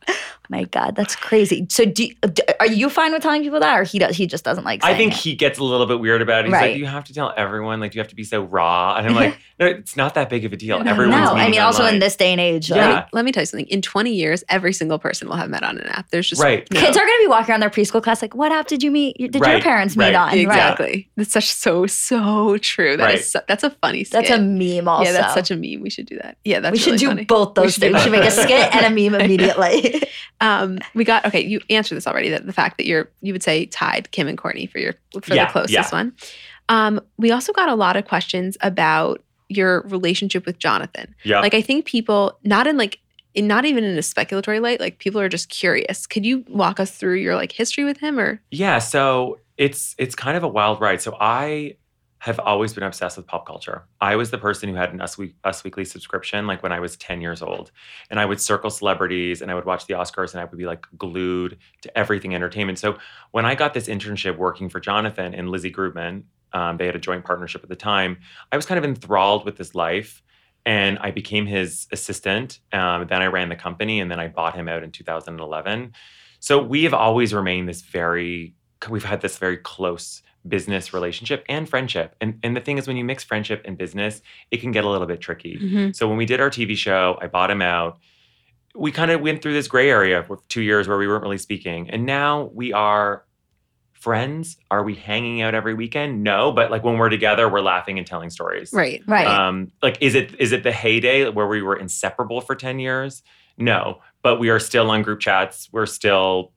Speaker 3: My God, that's crazy. So, do, do are you fine with telling people that, or he does? He just doesn't like. Saying
Speaker 4: I think
Speaker 3: it?
Speaker 4: he gets a little bit weird about it. He's
Speaker 3: Right.
Speaker 4: like, you have to tell everyone, like, you have to be so raw. And I'm like, no, it's not that big of a deal.
Speaker 2: No,
Speaker 4: Everyone's
Speaker 3: No,
Speaker 4: meeting
Speaker 3: I mean, also in
Speaker 4: online."
Speaker 3: this day and age,
Speaker 2: Let me-
Speaker 4: Yeah.
Speaker 3: like,
Speaker 2: Let me tell you something. In 20 years, every single person will have met on an app. There's just
Speaker 4: Right.
Speaker 2: no-
Speaker 3: kids are going to be walking around their preschool class like, "What app did you meet? Did your
Speaker 4: Right,
Speaker 3: parents
Speaker 4: right,
Speaker 3: meet on?" Right.
Speaker 2: exactly. That's such so so true. That is
Speaker 4: Right.
Speaker 2: so, that's a funny. Skit.
Speaker 3: That's a meme. Also,
Speaker 2: yeah. That's such a meme. We should do that. Yeah, that's
Speaker 3: we should
Speaker 2: really
Speaker 3: do
Speaker 2: funny.
Speaker 3: both
Speaker 2: We
Speaker 3: those
Speaker 2: should do
Speaker 3: things. We should
Speaker 4: both.
Speaker 3: make a skit and a meme immediately.
Speaker 2: Um, we got okay. You answered this already. That the fact that you're you would say tied Kim and Courtney for your for
Speaker 4: Yeah,
Speaker 2: the closest
Speaker 4: yeah.
Speaker 2: one. Um, we also got a lot of questions about your relationship with Jonathan.
Speaker 4: Yeah.
Speaker 2: Like I think people not in like in, not even in a speculatory light. Like people are just curious. Could you walk us through your like history with him or
Speaker 4: yeah. So it's it's kind of a wild ride. So I have always been obsessed with pop culture. I was the person who had an Us, Week, Us Weekly subscription, like when I was 10 years old. And I would circle celebrities and I would watch the Oscars and I would be like glued to everything entertainment. So when I got this internship working for Jonathan and Lizzie Grubman, um, they had a joint partnership at the time. I was kind of enthralled with this life, and I became his assistant. Um, then I ran the company, and then I bought him out in 2011. So we have always remained this very, we've had this very close business relationship and friendship. And and the thing is, when you mix friendship and business, it can get a little bit tricky. So when we did our TV show, I bought him out. We kind of went through this gray area for two years where we weren't really speaking. And now we are friends. Are we hanging out every weekend? No, but like when we're together, we're laughing and telling stories.
Speaker 2: right?
Speaker 3: right.
Speaker 4: Um, like is it is it the heyday where we were inseparable for 10 years? No. But we are still on group chats. We're still,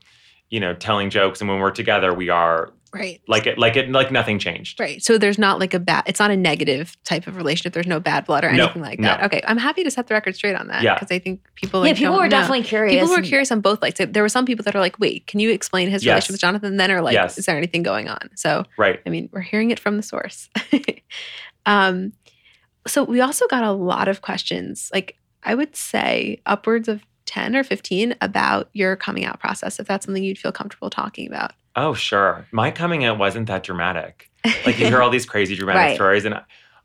Speaker 4: you know, telling jokes. And when we're together, we are
Speaker 2: Right.
Speaker 4: like it like it like nothing changed.
Speaker 2: Right. So there's not like a bad, it's not a negative type of relationship. There's no bad blood or
Speaker 4: No,
Speaker 2: anything like that.
Speaker 4: no.
Speaker 2: Okay. I'm happy to set the record straight on that.
Speaker 4: Yeah.
Speaker 2: Because I think people
Speaker 3: yeah,
Speaker 2: like,
Speaker 3: people
Speaker 2: don't
Speaker 3: were
Speaker 2: know.
Speaker 3: definitely curious.
Speaker 2: People were
Speaker 3: and-
Speaker 2: curious on both sides. There were some people that are like, wait, can you explain his
Speaker 4: Yes.
Speaker 2: relationship with Jonathan? Then are like,
Speaker 4: Yes.
Speaker 2: is there anything going on? So,
Speaker 4: Right.
Speaker 2: I mean, we're hearing it from the source. um, so we also got a lot of questions, like I would say upwards of 10 or 15 about your coming out process, if that's something you'd feel comfortable talking about.
Speaker 4: Oh, sure. My coming out wasn't that dramatic. Like you hear all these crazy dramatic
Speaker 3: Right.
Speaker 4: stories, and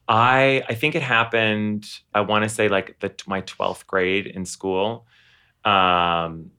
Speaker 4: I I think it happened. I want to say like the my twelfth grade in school, um,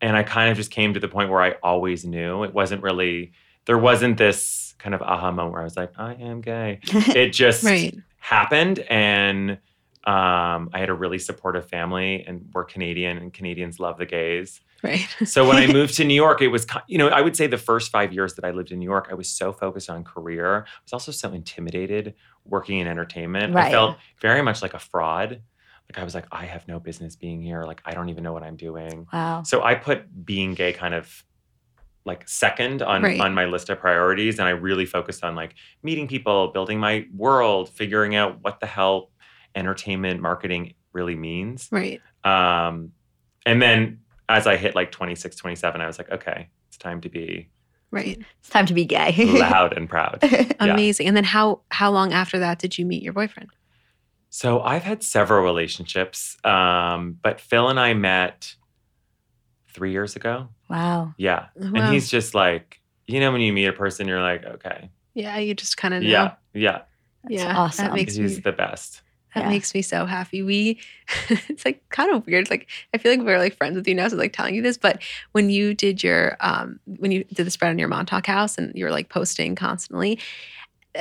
Speaker 4: and I kind of just came to the point where I always knew it wasn't really there wasn't this kind of aha moment where I was like I am gay. It just
Speaker 2: right.
Speaker 4: happened and um, I had a really supportive family and we're Canadian and Canadians love the gays.
Speaker 2: Right.
Speaker 4: So when I moved to New York, it was, ki- you know, I would say the first five years that I lived in New York, I was so focused on career. I was also so intimidated working in entertainment. I
Speaker 3: Right.
Speaker 4: felt very much like a fraud. Like I was like, I have no business being here. Like I don't even know what I'm doing.
Speaker 3: wow.
Speaker 4: So I put being gay kind of like second on
Speaker 2: Right.
Speaker 4: on my list of priorities, and I really focused on like meeting people, building my world, figuring out what the hell entertainment marketing really means.
Speaker 2: Right.
Speaker 4: Um, and then as I hit like 26, 27, I was like, okay, it's time to be
Speaker 2: Right.
Speaker 3: It's time to be gay.
Speaker 4: loud and proud. Yeah.
Speaker 2: Amazing. And then how how long after that did you meet your boyfriend?
Speaker 4: So I've had several relationships, um, but Phil and I met three years ago.
Speaker 3: wow.
Speaker 4: Yeah.
Speaker 2: Wow.
Speaker 4: And he's just like, you know, when you meet a person, you're like, okay,
Speaker 2: Yeah, you just kind of know.
Speaker 4: yeah, yeah,
Speaker 3: That's
Speaker 2: yeah,
Speaker 3: awesome.
Speaker 2: That makes
Speaker 4: he's
Speaker 2: me
Speaker 4: the best.
Speaker 2: that
Speaker 3: yeah.
Speaker 2: makes me so happy. We it's like kind of weird. Like I feel like we're like friends with you now, so like telling you this. But when you did your um when you did the spread on your Montauk house and you were like posting constantly.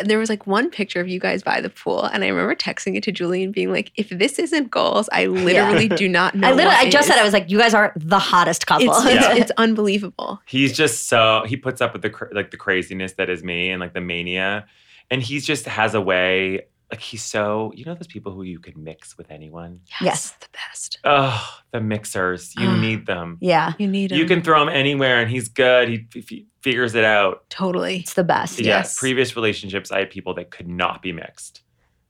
Speaker 2: There was like one picture of you guys by the pool, and I remember texting it to Julie and being like, "If this isn't goals, I literally do not know."
Speaker 3: I literally,
Speaker 2: what
Speaker 3: I just said
Speaker 2: is."
Speaker 3: I was like, you guys are the hottest couple.
Speaker 2: It's, it's,
Speaker 4: Yeah.
Speaker 2: it's unbelievable.
Speaker 4: He's just so he puts up with the cra- like the craziness that is me and like the mania, and he's just has a way like he's so you know those people who you could mix with anyone.
Speaker 3: Yes.
Speaker 2: the best.
Speaker 4: Oh, the mixers. You
Speaker 2: Ah.
Speaker 4: need them.
Speaker 3: yeah,
Speaker 2: You need him.
Speaker 4: You can throw him anywhere and he's good. He, f- f- figures it out.
Speaker 2: totally.
Speaker 3: it's the best.
Speaker 4: Yeah,
Speaker 2: Yes.
Speaker 4: Previous relationships, I had people that could not be mixed.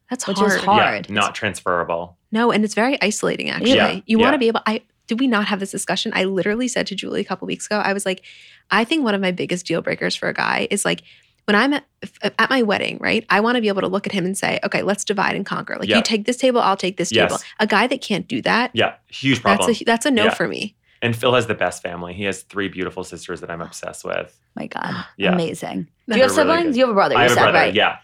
Speaker 2: That's
Speaker 3: Which
Speaker 2: hard.
Speaker 3: is
Speaker 4: Yeah,
Speaker 3: Hard. Oh
Speaker 4: not transferable.
Speaker 2: No, and it's very isolating actually.
Speaker 4: Yeah,
Speaker 2: You want
Speaker 4: yeah.
Speaker 2: to be able I did we not have this discussion? I literally said to Julie a couple weeks ago, I was like, I think one of my biggest deal breakers for a guy is like when I'm at, if- at my wedding, right? I want to be able to look at him and say, okay, let's divide and conquer. Like
Speaker 4: Yeah.
Speaker 2: you take this table, I'll take this
Speaker 4: Yes.
Speaker 2: table. A guy that can't do that,
Speaker 4: Yeah, huge problem.
Speaker 2: that's a that's a no
Speaker 4: Yeah.
Speaker 2: for me.
Speaker 4: and Phil has the best family. He has three beautiful sisters that I'm obsessed with.
Speaker 3: My God.
Speaker 4: Yeah.
Speaker 3: Amazing. Do
Speaker 2: They're
Speaker 3: you have
Speaker 4: really
Speaker 3: siblings?
Speaker 4: good.
Speaker 3: you have a brother.
Speaker 4: I
Speaker 3: you
Speaker 4: have a
Speaker 3: said,
Speaker 4: brother.
Speaker 3: right?
Speaker 4: Yeah,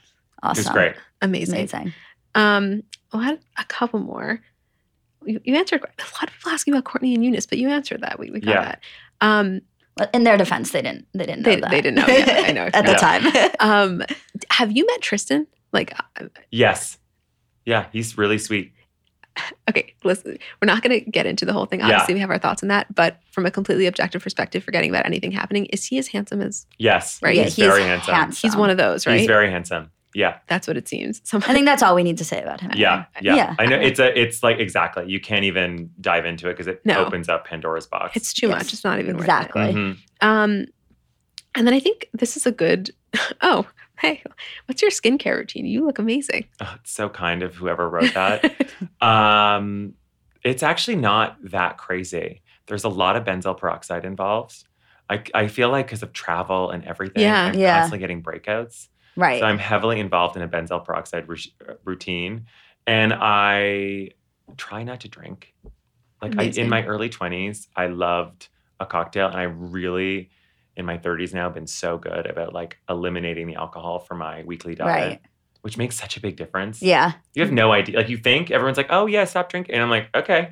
Speaker 3: Awesome.
Speaker 4: who's great.
Speaker 2: Amazing.
Speaker 3: Amazing.
Speaker 2: Um, well, I had a couple more. You, you answered a lot of people asking about Courtney and Eunice, but you answered that. We we got
Speaker 4: Yeah.
Speaker 2: that. Um,
Speaker 3: Well, In their defense, they didn't. They didn't know
Speaker 2: They-
Speaker 3: that.
Speaker 2: they didn't know, yeah, I know, I
Speaker 3: at the
Speaker 4: forgot.
Speaker 3: time.
Speaker 2: um, have you met Tristan? Like, uh,
Speaker 4: Yes. Yeah, he's really sweet.
Speaker 2: okay, listen, we're not going to get into the whole thing.
Speaker 4: Yeah.
Speaker 2: Obviously, we have our thoughts on that, but from a completely objective perspective, forgetting about anything happening, is he as handsome as
Speaker 4: Yes.
Speaker 2: Right.
Speaker 4: He's, very handsome.
Speaker 2: he's one of those? Right.
Speaker 4: He's very handsome. Yeah.
Speaker 2: That's what it seems. Some,
Speaker 3: I think that's all we need to say about him.
Speaker 4: Yeah, yeah,
Speaker 3: Uh, Yeah.
Speaker 4: I know it's a, it's like exactly. You can't even dive into it because it
Speaker 2: No.
Speaker 4: opens up Pandora's box.
Speaker 2: it's too
Speaker 3: Yes,
Speaker 2: much. It's not even worth it.
Speaker 3: Exactly.
Speaker 4: Mhm.
Speaker 2: Um, and then I think this is a good. Oh, hey, what's your skincare routine? You look amazing.
Speaker 4: Oh, it's so kind of whoever wrote that. um, it's actually not that crazy. There's a lot of benzyl peroxide involved. I, I feel like because of travel and everything,
Speaker 2: Yeah.
Speaker 4: I'm
Speaker 3: Yeah.
Speaker 4: constantly getting breakouts.
Speaker 3: Right.
Speaker 4: So I'm heavily involved in a benzyl peroxide rou- routine, and I try not to drink. Like I,
Speaker 2: Amazing.
Speaker 4: in my early 20s, I loved a cocktail, and I really, in my 30s now, been so good about like eliminating the alcohol from my weekly diet,
Speaker 3: Right.
Speaker 4: which makes such a big difference.
Speaker 3: yeah.
Speaker 4: You have
Speaker 2: Mm-hmm.
Speaker 4: no idea. Like you think everyone's like, "Oh yeah, stop drinking," and I'm like, "Okay,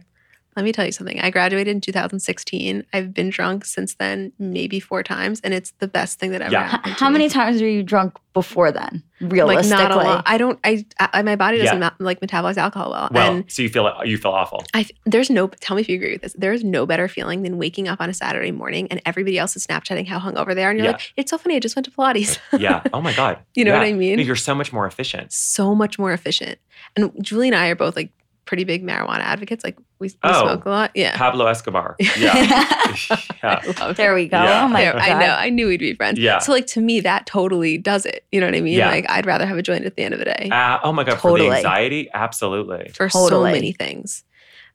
Speaker 2: Let me tell you something. I graduated in 2016. I've been drunk since then, maybe four times, and it's the best thing that ever
Speaker 4: Yeah.
Speaker 3: H-
Speaker 2: happened. to
Speaker 3: How
Speaker 2: me.
Speaker 3: many times were you drunk before then?
Speaker 2: Like
Speaker 3: Realistically.
Speaker 2: not a lot. I don't. I, I my body doesn't
Speaker 4: Yeah.
Speaker 2: ma- like metabolize alcohol well.
Speaker 4: well."
Speaker 2: and
Speaker 4: so you feel you feel awful.
Speaker 2: I th- there's no. Tell me if you agree with this. There is no better feeling than waking up on a Saturday morning and everybody else is Snapchatting how hungover they are, and you're
Speaker 4: Yeah.
Speaker 2: like, it's so funny. I just went to Pilates.
Speaker 4: Yeah. Oh my god.
Speaker 2: You know
Speaker 4: Yeah.
Speaker 2: what I mean?
Speaker 4: No, You're so much more efficient.
Speaker 2: so much more efficient. And Julie and I are both like pretty big marijuana advocates. Like we, we
Speaker 4: Oh.
Speaker 2: smoke a lot. Yeah.
Speaker 4: Pablo Escobar. Yeah. yeah.
Speaker 2: I love
Speaker 3: there we go.
Speaker 4: Yeah.
Speaker 3: Oh my
Speaker 2: there,
Speaker 3: God.
Speaker 2: I know. I knew we'd be friends.
Speaker 4: Yeah.
Speaker 2: So like to me, that totally does it. You know what I mean?
Speaker 4: Yeah.
Speaker 2: Like I'd rather have a joint at the end of the day
Speaker 4: Uh, oh my god, for
Speaker 3: Totally.
Speaker 4: the anxiety, absolutely.
Speaker 2: for
Speaker 3: totally.
Speaker 2: so many things.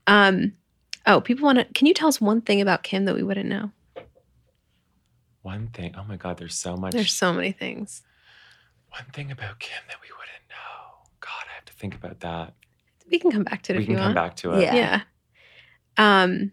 Speaker 2: Um. Oh, people want to. Can you tell us one thing about Kim that we wouldn't know?
Speaker 4: One thing. Oh my god, there's so much.
Speaker 2: There's so many things.
Speaker 4: one thing about Kim that we wouldn't know. God, I have to think about that.
Speaker 2: We can come back to it
Speaker 4: we
Speaker 2: if
Speaker 4: can
Speaker 2: you
Speaker 4: come
Speaker 2: want.
Speaker 4: back to it.
Speaker 3: Yeah.
Speaker 2: Yeah. Um.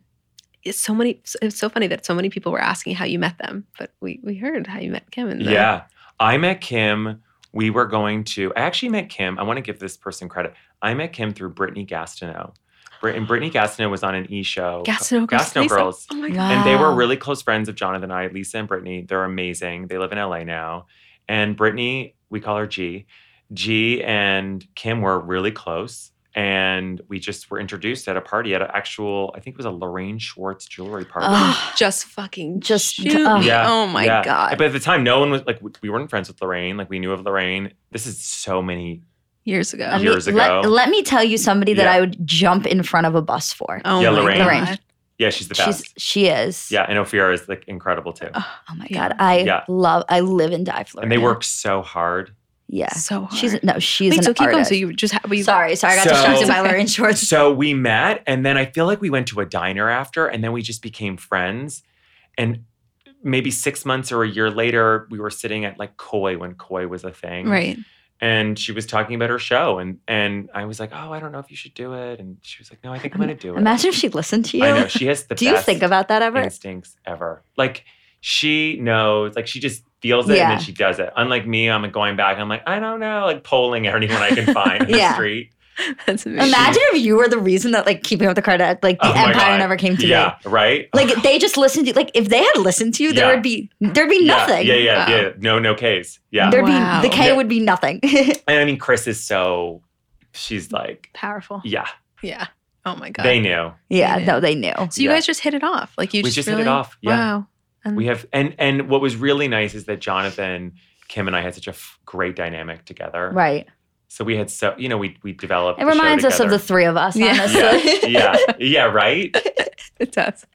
Speaker 2: It's so many. It's so funny that so many people were asking how you met them, but we we heard how you met Kim and the-
Speaker 4: Yeah. I met Kim. We were going to, I actually met Kim. I want to give this person credit. I met Kim through Brittany Gastineau. Brit- and Brittany Gastineau was on an e show.
Speaker 2: Gastineau Girls.
Speaker 4: Gastineau
Speaker 2: Lisa.
Speaker 4: Girls.
Speaker 2: Oh my
Speaker 3: Wow.
Speaker 2: god.
Speaker 4: And they were really close friends of Jonathan and I, Lisa and Brittany. They're amazing. They live in LA now. And Brittany, we call her G. G and Kim were really close. And we just were introduced at a party at an actual, I think it was a Lorraine Schwartz jewelry party.
Speaker 2: Oh,
Speaker 3: Ugh.
Speaker 2: Just fucking
Speaker 3: Just-
Speaker 2: shoot me.
Speaker 3: oh.
Speaker 4: Yeah,
Speaker 2: Oh my
Speaker 4: Yeah.
Speaker 2: god.
Speaker 4: But at the time, no one was like, we weren't friends with Lorraine. Like, we knew of Lorraine. This is so many.
Speaker 2: Years ago.
Speaker 3: Let me-
Speaker 4: Years
Speaker 3: let,
Speaker 4: ago.
Speaker 3: let me tell you somebody that
Speaker 4: Yeah.
Speaker 3: I would jump in front of a bus for.
Speaker 2: oh
Speaker 4: Yeah,
Speaker 2: my
Speaker 4: Lorraine.
Speaker 2: god.
Speaker 4: Yeah, she's the
Speaker 3: She's
Speaker 4: best.
Speaker 3: she is.
Speaker 4: Yeah, and Ophira is like incredible too.
Speaker 2: Oh,
Speaker 3: Oh my
Speaker 2: Yeah.
Speaker 3: god. I
Speaker 4: Yeah.
Speaker 3: love I live and die for
Speaker 4: and they
Speaker 3: her.
Speaker 4: work so hard.
Speaker 3: Yeah.
Speaker 2: So hard.
Speaker 3: She's no, she's
Speaker 2: Wait,
Speaker 3: an
Speaker 2: so keep going.
Speaker 3: artist.
Speaker 2: So you just have you
Speaker 3: sorry, sorry, I got
Speaker 4: So-
Speaker 3: distracted by
Speaker 2: Okay.
Speaker 3: Lorraine Schwartz.
Speaker 4: So we met, and then I feel like we went to a diner after, and then we just became friends. And maybe six months or a year later, we were sitting at like Koi when Koi was a thing.
Speaker 2: right.
Speaker 4: And she was talking about her show, and and I was like, oh, I don't know if you should do it. And she was like, No, I think I'm gonna do it.
Speaker 3: Imagine if she listened to you.
Speaker 4: I know she has the
Speaker 3: Do you
Speaker 4: best
Speaker 3: think about that ever?
Speaker 4: instincts ever. Like she knows, like she just feels it and
Speaker 3: Yeah.
Speaker 4: then she does it. Unlike me, I'm like going back. I'm like, I don't know, like polling anyone I can find in the
Speaker 3: Yeah.
Speaker 4: street.
Speaker 2: That's amazing.
Speaker 3: Imagine if you were the reason that like keeping up the card like the
Speaker 4: Oh my
Speaker 3: empire
Speaker 4: God.
Speaker 3: never came to me.
Speaker 4: Yeah, right.
Speaker 3: Like they just listened to like if they had listened to you, there
Speaker 4: Yeah.
Speaker 3: would be there'd be
Speaker 4: Yeah,
Speaker 3: nothing.
Speaker 4: Yeah, yeah,
Speaker 2: Wow.
Speaker 4: yeah. No, no case. Yeah.
Speaker 3: There'd
Speaker 2: Wow.
Speaker 3: be the K
Speaker 4: Yeah.
Speaker 3: would be nothing.
Speaker 4: and I mean, Chris is so, she's like,
Speaker 2: powerful.
Speaker 4: yeah,
Speaker 2: Yeah. Oh my god.
Speaker 4: they knew.
Speaker 3: yeah,
Speaker 2: Yeah.
Speaker 3: no, they knew.
Speaker 2: so you
Speaker 4: Yeah.
Speaker 2: guys just hit it off. Like you
Speaker 4: We
Speaker 2: just,
Speaker 4: just hit it
Speaker 2: really,
Speaker 4: off, yeah.
Speaker 2: Wow. And
Speaker 4: We have, and and what was really nice is that Jonathan, Kim, and I had such a f- great dynamic together.
Speaker 3: Right.
Speaker 4: So we had so, you know, we we developed.
Speaker 3: It
Speaker 4: the show
Speaker 3: reminds us of the
Speaker 4: together.
Speaker 3: three of us,
Speaker 2: Yeah.
Speaker 3: honestly.
Speaker 4: Yeah, yeah, yeah, right.
Speaker 2: it does.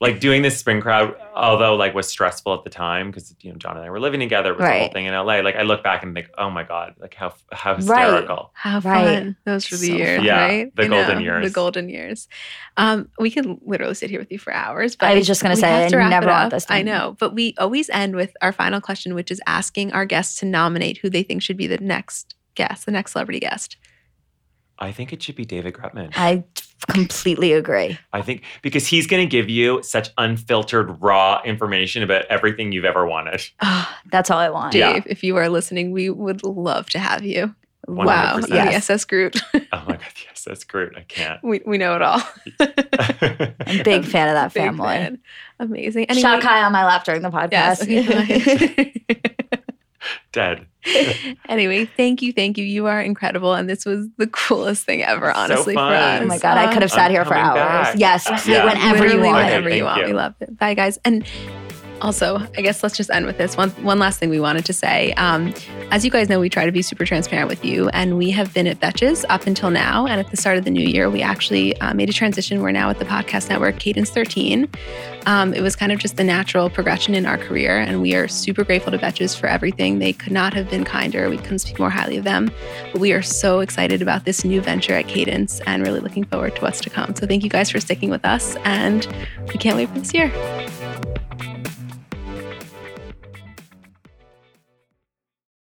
Speaker 4: like doing this spring crowd, although like was stressful at the time because you know John and I were living together with the whole
Speaker 3: Right.
Speaker 4: thing in LA. Like I look back and think, oh my god, like how how
Speaker 3: Right.
Speaker 4: hysterical.
Speaker 2: How
Speaker 3: Right.
Speaker 2: fun those were the
Speaker 1: So
Speaker 2: years,
Speaker 1: fun.
Speaker 4: Yeah,
Speaker 2: right?
Speaker 4: the
Speaker 2: I know,
Speaker 4: golden years.
Speaker 2: The golden years. Um, we could literally sit here with you for hours. But
Speaker 3: I was just gonna
Speaker 2: we
Speaker 3: say,
Speaker 2: have
Speaker 3: I
Speaker 2: to wrap
Speaker 3: never
Speaker 2: it
Speaker 3: want
Speaker 2: up.
Speaker 3: this to
Speaker 2: I
Speaker 3: end.
Speaker 2: know, but we always end with our final question, which is asking our guests to nominate who they think should be the next guest, the next celebrity guest.
Speaker 4: I think it should be David Grutman.
Speaker 3: I completely agree.
Speaker 4: I think because he's going to give you such unfiltered, raw information about everything you've ever wanted.
Speaker 3: Ah, that's all I want.
Speaker 2: Dave,
Speaker 4: Yeah.
Speaker 2: if you are listening, we would love to have you. Wow,
Speaker 4: 100%.
Speaker 2: on the SS Group,
Speaker 4: Oh my god, yes, that's Groot. I can't.
Speaker 2: we, we know it all.
Speaker 3: I'm a big fan of that
Speaker 2: Big
Speaker 3: family.
Speaker 2: fan. amazing.
Speaker 3: Shot
Speaker 2: Anyway,
Speaker 3: Kai on my lap during the podcast. Oh
Speaker 2: yes, okay, fine.
Speaker 4: Dead.
Speaker 2: anyway, thank you, thank you. You are incredible, and this was the coolest thing ever,
Speaker 4: So
Speaker 2: honestly, for us. Um,
Speaker 4: fun.
Speaker 3: Oh my god, I could have
Speaker 4: Uh,
Speaker 3: sat
Speaker 4: I'm
Speaker 3: here for hours.
Speaker 4: coming back.
Speaker 3: Yes,
Speaker 4: Yeah.
Speaker 3: whenever you
Speaker 2: Literally
Speaker 3: want.
Speaker 2: Whenever
Speaker 4: Okay,
Speaker 2: you
Speaker 4: thank
Speaker 2: want.
Speaker 4: you.
Speaker 2: We love it. Bye, guys. And also, I guess let's just end with this one. One last thing we wanted to say. Um, as you guys know, we try to be super transparent with you, and we have been at Betches up until now. And at the start of the new year, we actually uh, made a transition. We're now at the podcast network Cadence 13. Um, it was kind of just the natural progression in our career, and we are super grateful to Betches for everything. They could not have been kinder. We couldn't speak more highly of them. But we are so excited about this new venture at Cadence, and really looking forward to what's to come. So thank you guys for sticking with us, and we can't wait for this year.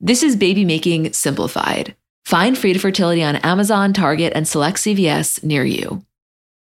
Speaker 1: This is baby making simplified. Find Free to Fertility on Amazon, Target, and select CVS near you.